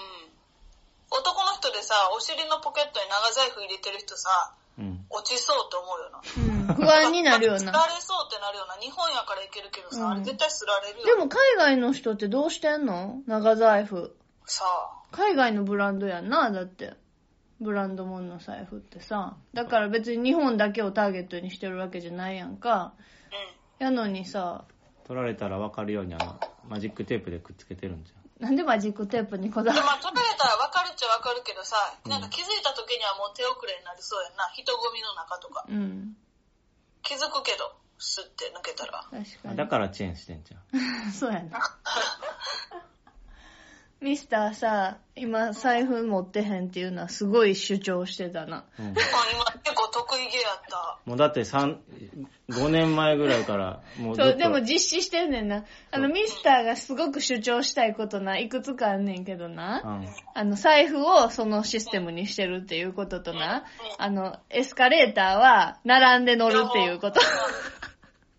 Speaker 3: 男の人でさ、お尻のポケットに長財布入れてる人さ、
Speaker 2: うん
Speaker 3: 落ちそうと思うよな。
Speaker 1: うん不安になるよ
Speaker 3: すら
Speaker 1: な。
Speaker 3: れそうってなるよな。日本やからいけるけどさ、
Speaker 1: うん
Speaker 3: あれ絶対すられるよ。
Speaker 1: でも海外の人ってどうしてんの長財布。
Speaker 3: さあ、
Speaker 1: 海外のブランドやんな、だって。ブランド物の財布ってさ。だから別に日本だけをターゲットにしてるわけじゃないやんか。
Speaker 3: う
Speaker 1: やのにさ、
Speaker 2: 取られたら分かるようにあのマジックテープでくっつけてるんじ
Speaker 1: なんでマジックテープにこだ
Speaker 3: ん。で
Speaker 1: わ
Speaker 3: まあ、取られたらわかるっちゃわかるけどさ、なんか気づいた時にはもう手遅れになりそうやんな。人混みの中とか。
Speaker 1: るうん。
Speaker 3: 気づくけど、スッて抜けたら。
Speaker 1: 確
Speaker 2: ゃ
Speaker 1: か
Speaker 2: ん
Speaker 1: に (laughs)
Speaker 2: だ。からチェーンしてんじゃん
Speaker 1: そうやな。ミスターさ、今財布持ってへんっていうのはすごい主張してたな。
Speaker 2: うん
Speaker 3: 今結構得意げやった。
Speaker 2: もうだって三5年前ぐらいから、もうずっ
Speaker 1: そう、
Speaker 2: と
Speaker 1: でも実施してんねんな。あの、
Speaker 2: そう
Speaker 1: ミスターがすごく主張したいことな、いくつかあんねんけど
Speaker 2: う
Speaker 1: な。
Speaker 2: ん、
Speaker 1: あの、財布をそのシステムにしてるっていうこととな、あの、エスカレーターは並んで乗るっていう
Speaker 2: (laughs)
Speaker 1: こと。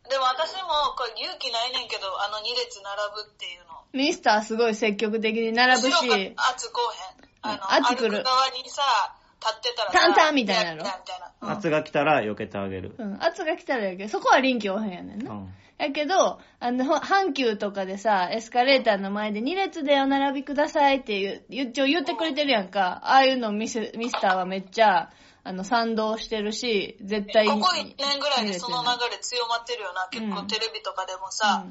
Speaker 3: でも私もこれ勇気ないねんけど、あの2列並ぶっていうの。
Speaker 1: ミスターすごい積極的に並ぶ
Speaker 3: 後ろ
Speaker 1: し、
Speaker 3: から圧こうへん。あの、
Speaker 1: うん圧来る
Speaker 3: 歩く側にさ、立ってたらさ。
Speaker 1: タンタンみたいなの
Speaker 3: やみたいな。うん
Speaker 2: 夏が来たら避けてあげる。
Speaker 1: うん、圧が来たらやけど、そこは臨機応変やねん
Speaker 2: う
Speaker 1: な。
Speaker 2: ん。
Speaker 1: やけど、あの、ほ阪急とかでさ、エスカレーターの前で2列でお並びくださいっていう、言っちょ言ってくれてるやんか。ああいうのミス、ミスターはめっちゃ、あの、賛同してるし、絶対
Speaker 3: ここ1年ぐらいでその
Speaker 1: 中
Speaker 3: 流れ強まってるよな。結
Speaker 1: う
Speaker 3: 構
Speaker 1: ん
Speaker 3: テレビとかでもさ、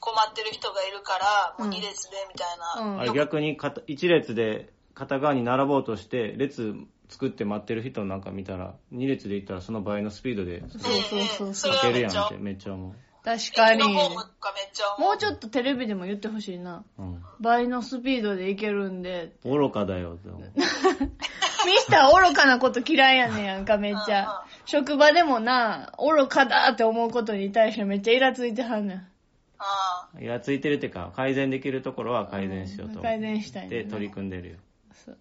Speaker 3: 困ってる人がいるから、もう2列でみたいな。
Speaker 1: うん
Speaker 2: あれ逆に片一列で片側に並ぼうとして、列作って待ってる人なんか見たら、二列で行ったらその倍のスピードで
Speaker 1: そうそうそうそ
Speaker 3: そ
Speaker 1: れ
Speaker 2: 行ける
Speaker 3: れはめ
Speaker 2: やん
Speaker 3: っちゃ
Speaker 2: っ
Speaker 3: 思
Speaker 2: て
Speaker 3: う。
Speaker 2: めっちゃ思
Speaker 1: 確か
Speaker 3: 駅
Speaker 1: に。
Speaker 3: のホームとかめっちゃ思
Speaker 1: も
Speaker 3: う。
Speaker 1: うちょっとテレビでも言ってほしいな。
Speaker 2: う。うん。
Speaker 1: 倍のスピードでいけるんで。
Speaker 2: 愚かだよって思う。
Speaker 1: ミスター愚かなこと嫌いやねんやん
Speaker 3: (laughs)
Speaker 1: か、めっちゃ。職場でもな、愚かだって思うことに対してめっちゃイラついてはんねん。
Speaker 3: あ
Speaker 2: イラついてるってか、改善できるところは改善しようと思って
Speaker 1: 改善したいねんな。
Speaker 2: 取り組んでるよ。
Speaker 1: そう。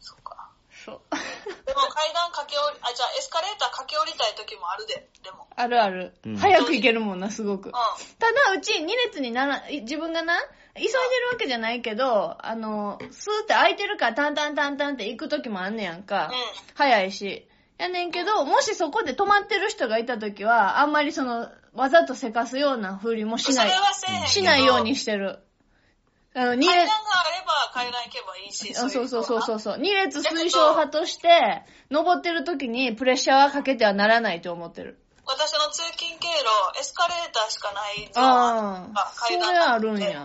Speaker 3: そっか。
Speaker 1: そう。 (laughs)
Speaker 3: でも階段駆け下り、あ、じゃあエスカレーター駆け下りたい時もあるで、でも。
Speaker 1: あるある。
Speaker 2: うん
Speaker 1: 早く行けるもんな、すごく。
Speaker 3: うん。
Speaker 1: ただ、うち2列になら、い自分がな、急いでるわけじゃないけど、あの、スーって空いてるからタンタンタンタンって行く時もあんねやんか。
Speaker 3: う
Speaker 1: 早いし。やねんけど、もしそこで止まってる人がいた時は、あんまりその、わざとせかすような風にもし
Speaker 3: ん。そ
Speaker 1: ない
Speaker 3: れ、はせえへんけど。
Speaker 1: しないようにしてる。あの、2列
Speaker 3: 階段が、あれば階段行けばいいし、。
Speaker 1: あそうそうそうそううそう。2列推奨派として、登ってる時にプレッシャーはかけてはならないと思ってる。
Speaker 3: 私の通勤経路、エスカレーターしかないゾーン
Speaker 1: あ
Speaker 3: が
Speaker 1: あ、それはあるんや。
Speaker 3: で、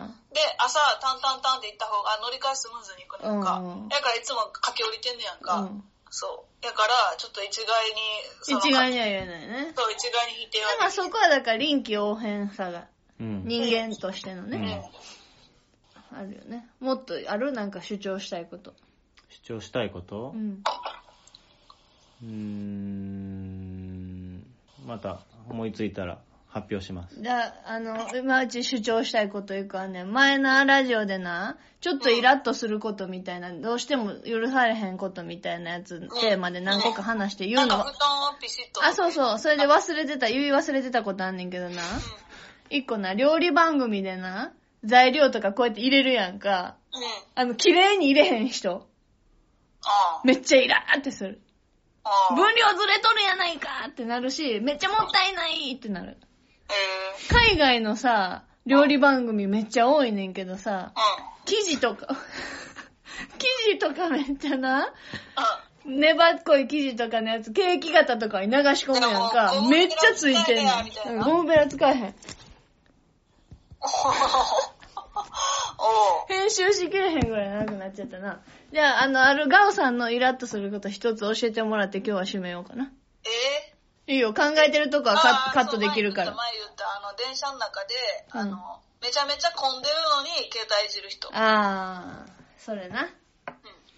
Speaker 3: 朝、タンタンタンって行った方が乗り換えスムーズに行くねんか。
Speaker 1: うん
Speaker 3: だからいつも駆け下りてんねやんか。
Speaker 1: うん
Speaker 3: そう。だから、ちょっと一概に、その
Speaker 1: 一概には言えないね。
Speaker 3: そう、一概に否定は
Speaker 1: まあそこはだから臨機応変さが、
Speaker 2: うん。
Speaker 1: 人間としての
Speaker 2: うん
Speaker 1: ね、あるよね。もっとあるなんか主張したいこと。
Speaker 2: 主張したいこと
Speaker 1: うん。
Speaker 2: うーん。また思いついたら発表します。
Speaker 1: じゃあ、あの、今うち主張したいこといくわね。前な、ラジオでな、ちょっとイラッとすることみたいな、どうしても許されへんことみたいなやつ、テーマで何個か話して言
Speaker 3: な
Speaker 1: うんの
Speaker 3: か布団をピシッと。
Speaker 1: あ、そうそう。それで忘れてた、言い忘れてたことあんねんけどな。一個な、料理番組でな、材料とかこうやって入れるやんか。
Speaker 3: うん。うん。
Speaker 1: あの、綺麗に入れへん人。
Speaker 3: ああ。
Speaker 1: めっちゃイラーってする。
Speaker 3: ああ
Speaker 1: 分量ずれとるやないかってなるし、めっちゃもったいないってなる。
Speaker 3: ええ
Speaker 1: 海外のさ、料理番組めっちゃ多いねんけどさ、
Speaker 3: うん。
Speaker 1: 生地とか、 (laughs) 生地とかめっちゃな、
Speaker 3: う
Speaker 1: 粘っこい生地とかのやつ、ケーキ型とかに流し込むやん
Speaker 3: で
Speaker 1: か、
Speaker 3: も
Speaker 1: めっちゃついてんね
Speaker 3: ゴムベラ使えやみたい
Speaker 1: ん。うんゴムベラ使えへん。
Speaker 3: なん。おう。
Speaker 1: 編集しきれへんぐらい長くなっちゃったな。じゃあ、あの、あるガオさんのイラッとすること一つ教えてもらって今日は締めようかな。
Speaker 3: ええ
Speaker 1: いいよ、考えてるとこは
Speaker 3: あー
Speaker 1: カカットできるか
Speaker 3: そう
Speaker 1: ら。
Speaker 3: 前言った、前言った、あの、電車の中で、
Speaker 1: うん
Speaker 3: あの、めちゃめちゃ混んでるのに携帯いじる人。うん。
Speaker 1: あー、それな。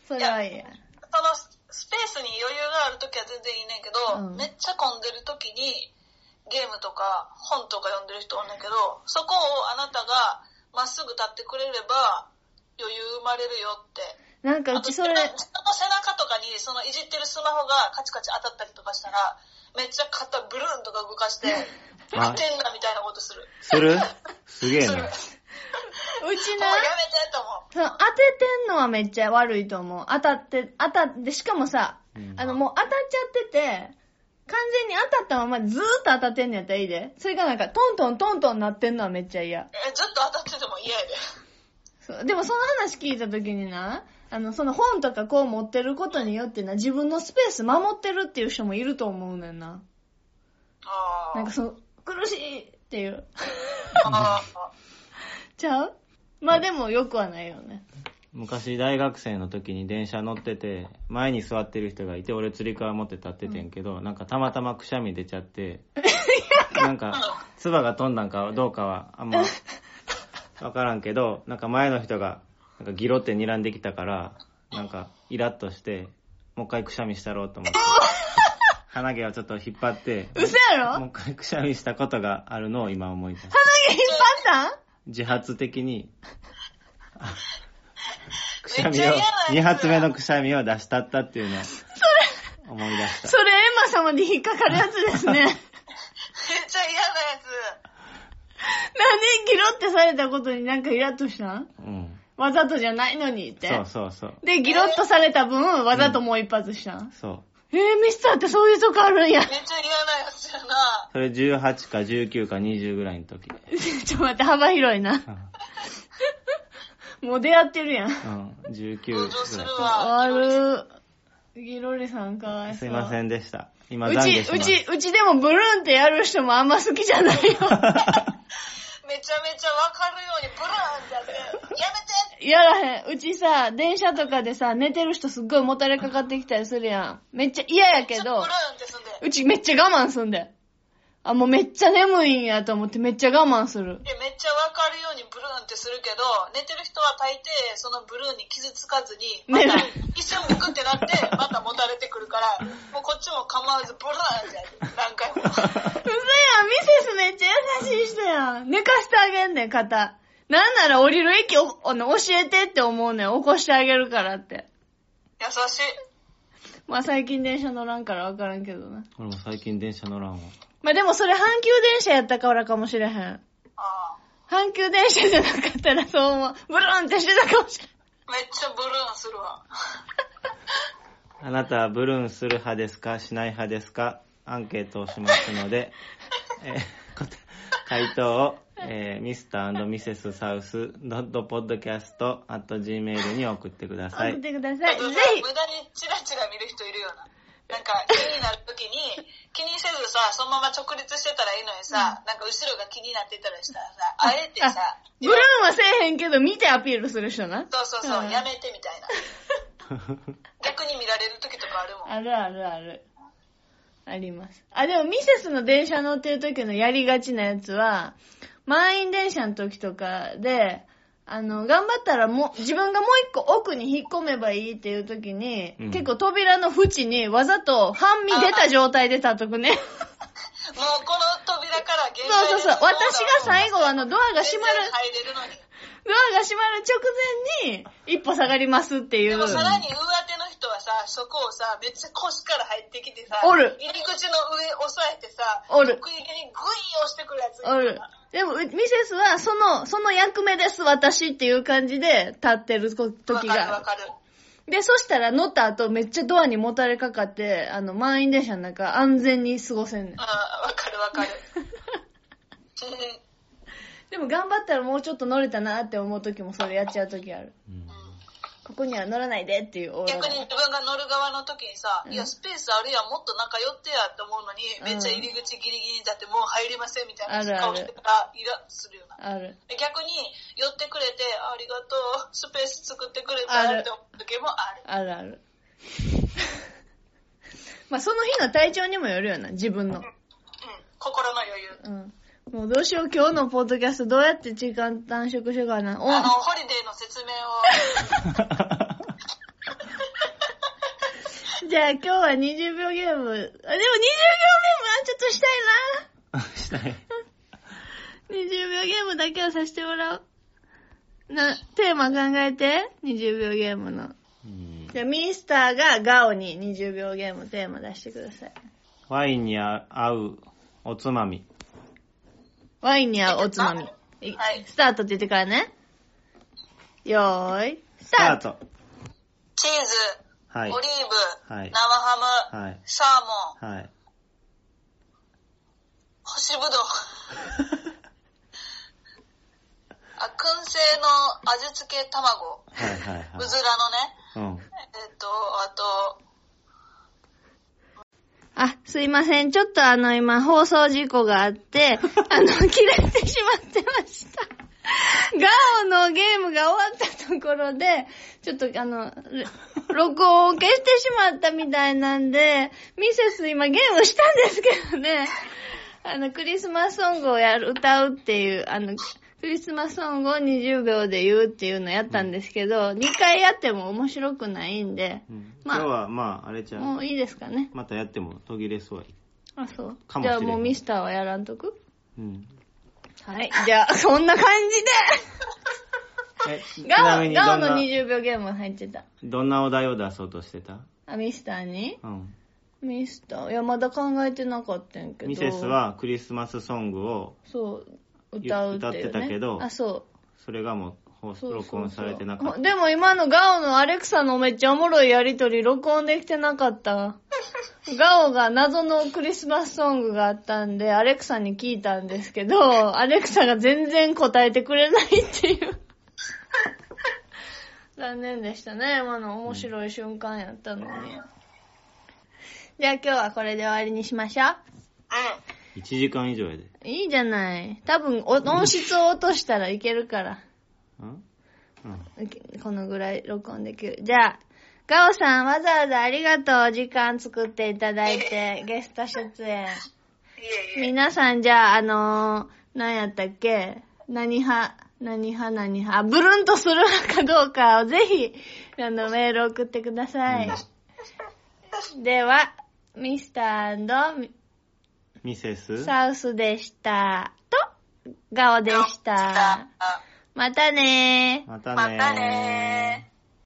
Speaker 1: それはいいや。
Speaker 3: その、スペースに余裕がある時は全然いいねんけど、
Speaker 1: うん
Speaker 3: めっちゃ混んでる時に、ゲームとか本とか読んでる人おんねんけど、そこをあなたがまっすぐ立ってくれれば、余裕生まれるよって。
Speaker 1: なんかう
Speaker 3: あ
Speaker 1: ち
Speaker 3: と、自
Speaker 1: それ
Speaker 3: 分、の背中とかに、そのいじってるスマホがカチカチ当たったりとかしたら、めっちゃ肩ブルーンとか動か
Speaker 1: (laughs)
Speaker 3: して、
Speaker 2: あ
Speaker 3: 見てんなみたいなことする。
Speaker 2: するすげえな。
Speaker 1: うち (laughs)
Speaker 3: も
Speaker 1: な
Speaker 3: う、やめてと思う。
Speaker 1: その当ててんのはめっちゃ悪いと思う。当たって、当たって、しかもさ、
Speaker 2: うん
Speaker 1: あのもう当たっちゃってて、完全に当たったままずーっと当たってんのやったらいいで。それがなんかトントントントンなってんのはめっちゃ嫌。
Speaker 3: え、ずっと当たってても嫌やで。
Speaker 1: そうでもその話聞いた時にな、あの、その本とかこう持ってることによってな、自分のスペース守ってるっていう人もいると思うねんな。
Speaker 3: あー
Speaker 1: なんかその、苦しいっていう。
Speaker 3: あー
Speaker 1: ちゃうまあでもよくはないよね。
Speaker 2: 昔大学生の時に電車乗ってて、前に座ってる人がいて、俺釣り革持って立っててんけど、なんかたまたまくしゃみ出ちゃ (laughs) って、なんか、唾が飛んだんかどうかは、あんま、わからんけど、なんか前の人が、なんかギロって睨んできたから、なんかイラッとして、もう一回くしゃみしたろうと思 (laughs) って。鼻毛をちょっと引っ張って、
Speaker 1: 嘘やろ
Speaker 2: もう一回くしゃみしたことがあるのを今思い出す。
Speaker 1: 引っ張ったん
Speaker 2: 自発的
Speaker 3: (laughs)
Speaker 2: に、あくしゃみ
Speaker 3: めっちゃ嫌
Speaker 2: を
Speaker 3: なやつ、や
Speaker 2: 二発目のくしゃみを出したったっていうのを思い出した。
Speaker 1: それエマ様に引っかかるやつ
Speaker 2: (laughs)
Speaker 1: ですね。なんで
Speaker 3: めっちゃ嫌なやつ。
Speaker 1: ギロってされたことになんかイラッとしたん
Speaker 2: うん。
Speaker 1: わざとじゃないのにって。
Speaker 2: そうそうそう。
Speaker 1: で、ギロッとされた分、わざともう一発したん、
Speaker 2: そ
Speaker 1: え
Speaker 2: う。
Speaker 1: ー、ミスターってそういうとこあるんや。 (laughs)
Speaker 3: めっちゃ嫌なやつやな。
Speaker 2: それ18か19か20ぐらいの時。
Speaker 1: ちょっと待って、幅広いな。もう出会ってるやん。
Speaker 2: うん、19
Speaker 3: 同情す
Speaker 2: ぐ
Speaker 3: る
Speaker 2: らい。
Speaker 3: わ。
Speaker 1: あるギロリさんかわいそう。
Speaker 2: すいませんでした。今、
Speaker 1: う
Speaker 2: 懺
Speaker 1: ち、
Speaker 2: 悔しま
Speaker 1: う
Speaker 2: す
Speaker 1: ち、
Speaker 3: (laughs)
Speaker 1: うちでもブルーンってやる人もあんま好きじゃないよ。
Speaker 3: めちゃめちゃわかるようにブラーンってやって、やめて
Speaker 1: やらへん。うちさ、電車とかでさ、寝てる人すっごいもたれかかってきたりするやん。めっちゃ嫌やけ
Speaker 3: ブラ
Speaker 1: ど、
Speaker 3: ーンってすんで。
Speaker 1: うちめっちゃ我慢すんで。あ、もうめっちゃ眠いんやと思ってめっちゃ我慢する。
Speaker 3: でめっちゃわかるようにブルーンってするけど、寝てる人は大抵そのブルーンに傷つかずに、また
Speaker 1: ね
Speaker 3: 一瞬むくってなって、またもたれてくるから、もうこっちも構わずブルーンってやる何回
Speaker 1: (laughs) う
Speaker 3: も。
Speaker 1: そやん、ミセスめっちゃ優しい人やん。寝かしてあげんねん、肩。なんなら降りる駅を、あの、教えてって思うねん。起こしてあげるからって。
Speaker 3: 優しい。
Speaker 1: まあ最近電車乗らんからわからんけどな。
Speaker 2: (laughs) 俺も最近電車乗らんわ。
Speaker 1: まあでもそれ阪急電車やったからかもしれへん。
Speaker 3: ああ
Speaker 1: 阪急電車じゃなかったらそう思う。ブルーンってしてたかもしれん。
Speaker 3: めっちゃブルーンするわ。
Speaker 2: あなたはブルーンする派ですかしない派ですかアンケートをしますので、
Speaker 1: (laughs)
Speaker 2: えー答回答を、えー、mr.mrs.south.podcast.gmail に送ってくださ
Speaker 1: 送っ
Speaker 2: い。
Speaker 1: てください。
Speaker 3: 無
Speaker 1: ぜ
Speaker 3: 駄
Speaker 1: ひ。
Speaker 3: にチラチラ見る人いるよな。なんか気になる時に、気にせずさ、そのまま直立してたらいいのにさ、なんか後ろが気になってたりしたらさ、あえてさ、
Speaker 1: (laughs) あブルーンはせえへんけど、見てアピールする人な。
Speaker 3: そうそうそう、
Speaker 1: うん
Speaker 3: やめてみたいな。逆に見られる時とかあるもん。
Speaker 1: あるあるある。あります。あ、でもミセスの電車乗ってる時のやりがちなやつは、満員電車の時とかで、あの、頑張ったらもう、自分がもう一個奥に引っ込めばいいっていう時に、
Speaker 2: うん
Speaker 1: 結構扉の縁にわざと半身出た状態で立っとくね。
Speaker 3: もうこの扉から限
Speaker 1: そ
Speaker 3: 界
Speaker 1: うそうそう。私が最後、あの、ドアが閉まる、
Speaker 3: 入れるのに。
Speaker 1: ドアが閉まる直前に、一歩下がりますってい
Speaker 3: で
Speaker 1: う。
Speaker 3: もさらに上手の人はさ、そこをさ、めっちゃ腰から入ってきてさ、
Speaker 1: おる
Speaker 3: 入り口の上押さえてさ、
Speaker 1: おる
Speaker 3: 食い気にグイーン押してくるやつ。
Speaker 1: おる。でも、うミセスは、その、その役目です、私っていう感じで立ってるこ
Speaker 3: わ
Speaker 1: 時
Speaker 3: かるわ
Speaker 1: が。
Speaker 3: かる。
Speaker 1: で、そしたら乗った後、めっちゃドアにもたれかかって、あの、満員電車の中、安全に過ごせんねん
Speaker 3: うん、。わかるわ
Speaker 1: (laughs)
Speaker 3: かる。うん
Speaker 1: でも、頑張ったらもうちょっと乗れたなって思う時も、それやっちゃう時ある。
Speaker 2: うん
Speaker 1: ここには乗らないでっていうオーラが
Speaker 3: 逆に自分が乗る側の時にさ、
Speaker 1: うん
Speaker 3: いや、スペースあるやん、もっと中寄ってやって思うのに、
Speaker 1: うん
Speaker 3: めっちゃ入り口ギリギリにだってもう入りませんみたい
Speaker 1: あ
Speaker 3: な
Speaker 1: るある
Speaker 3: 顔してから、イラッとするよな。
Speaker 1: ある。
Speaker 3: 逆に寄ってくれて、ありがとう、スペース作ってくれた
Speaker 1: ある
Speaker 3: って思う時もある。
Speaker 1: あるあ (laughs) る。まあ、その日の体調にもよるよな、自分の。
Speaker 3: うん、心の余裕。
Speaker 1: うん。もうどうしよう、今日のポッドキャストどうやって時間短縮しようかな。お
Speaker 3: あの、ホリデーの説明を、
Speaker 2: (laughs)
Speaker 1: じゃあ今日は20秒ゲーム。あ、でも20秒ゲームはちょっとした
Speaker 2: したい。
Speaker 1: いな。20秒ゲームだけはさせてもらおう。な、テーマ考えて。20秒ゲームの。
Speaker 2: うん
Speaker 1: じゃあミスターがガオに20秒ゲームテーマ出してください。
Speaker 2: ワインに合うおつまみ。
Speaker 1: ワインに合うおつまみ。い
Speaker 3: はい
Speaker 1: スタートって言ってからね。よーい、ス
Speaker 2: スタ
Speaker 1: タ
Speaker 2: ー
Speaker 1: ート。
Speaker 2: ト。
Speaker 3: チーズ、
Speaker 2: はい
Speaker 3: オ。リーブ、
Speaker 2: はい
Speaker 3: 生ハム、
Speaker 2: はい。
Speaker 3: サーモン、
Speaker 2: はい。
Speaker 3: 干しぶ
Speaker 2: (laughs)
Speaker 3: どう。あ、燻製の味付け卵、
Speaker 2: はいはいうは
Speaker 3: ずらの
Speaker 2: い。うん。
Speaker 3: ね。えっと、あと、
Speaker 1: あ、すいません。ちょっとあの今放送事故があって、あの、切れてしまってました。ガオのゲームが終わったところで、ちょっとあの、れ録音を消してしまったみたいなんで、ミセス今ゲームしたんですけどね、あの、クリスマスソングをやる、歌うっていう、あの、クリスマスソングを20秒で言うっていうのやったんですけど、2回やっても面白くないんで、
Speaker 2: うん
Speaker 1: まあ
Speaker 2: 今日はまああれちゃ
Speaker 1: も
Speaker 2: う
Speaker 1: ういいですかね。
Speaker 2: またやっても途切れそうや
Speaker 1: あ、そう
Speaker 2: か。もし
Speaker 1: じゃ
Speaker 2: れん
Speaker 1: あもうミスターはやらんとく (laughs)
Speaker 2: うん
Speaker 1: はい。じゃあ、そんな感
Speaker 2: え
Speaker 1: じ
Speaker 2: (laughs) ち
Speaker 1: で
Speaker 2: な
Speaker 1: ガ
Speaker 2: み
Speaker 1: オ、
Speaker 2: に
Speaker 1: ガ
Speaker 2: ど
Speaker 1: オ
Speaker 2: ん
Speaker 1: の
Speaker 2: な
Speaker 1: 20秒ゲーム入ってた。
Speaker 2: どんなお題を出そうとしてた
Speaker 1: あ、ミスターに
Speaker 2: うん
Speaker 1: ミスター。いや、まだ考えてなかったんやけど。
Speaker 2: ミセス。はクリスマスソングを
Speaker 1: そう、歌うっていう、ね。
Speaker 2: 歌ってたけど
Speaker 1: あ、そう。
Speaker 2: それがもう放
Speaker 1: そうそう
Speaker 2: 録音されてなかった
Speaker 1: でも今のガオのアレクサのめっちゃおもろいやりとり録音できてなか
Speaker 2: (laughs)
Speaker 1: った。ガオが謎のクリスマスソングがあったんで、アレクサに聞いたんですけど、アレクサが全然答えてくれないって
Speaker 2: (laughs)
Speaker 1: いう。残念でしたね。今の面白い瞬間やったのに。じゃあ今日はこれで終わりにしましょう。
Speaker 2: 1時間以上やで
Speaker 1: いいじゃない。多分お音質を落としたらいけるから。
Speaker 2: うんうん
Speaker 1: このぐらい録音できる。じゃあ、ガオさんわざわざありがとう。お時間作っていただいて、ゲスト出演。
Speaker 3: いえいえ。
Speaker 1: 皆さんじゃあ、あのー、何やったっけ何派、何派、何派、あブルンとする派かどうかをぜひ、あの、メール送ってください。では、ミスター
Speaker 2: ミセス
Speaker 1: サウスでした。と、ガオでした。
Speaker 3: あ
Speaker 1: またねー。
Speaker 2: またねー
Speaker 3: またねー。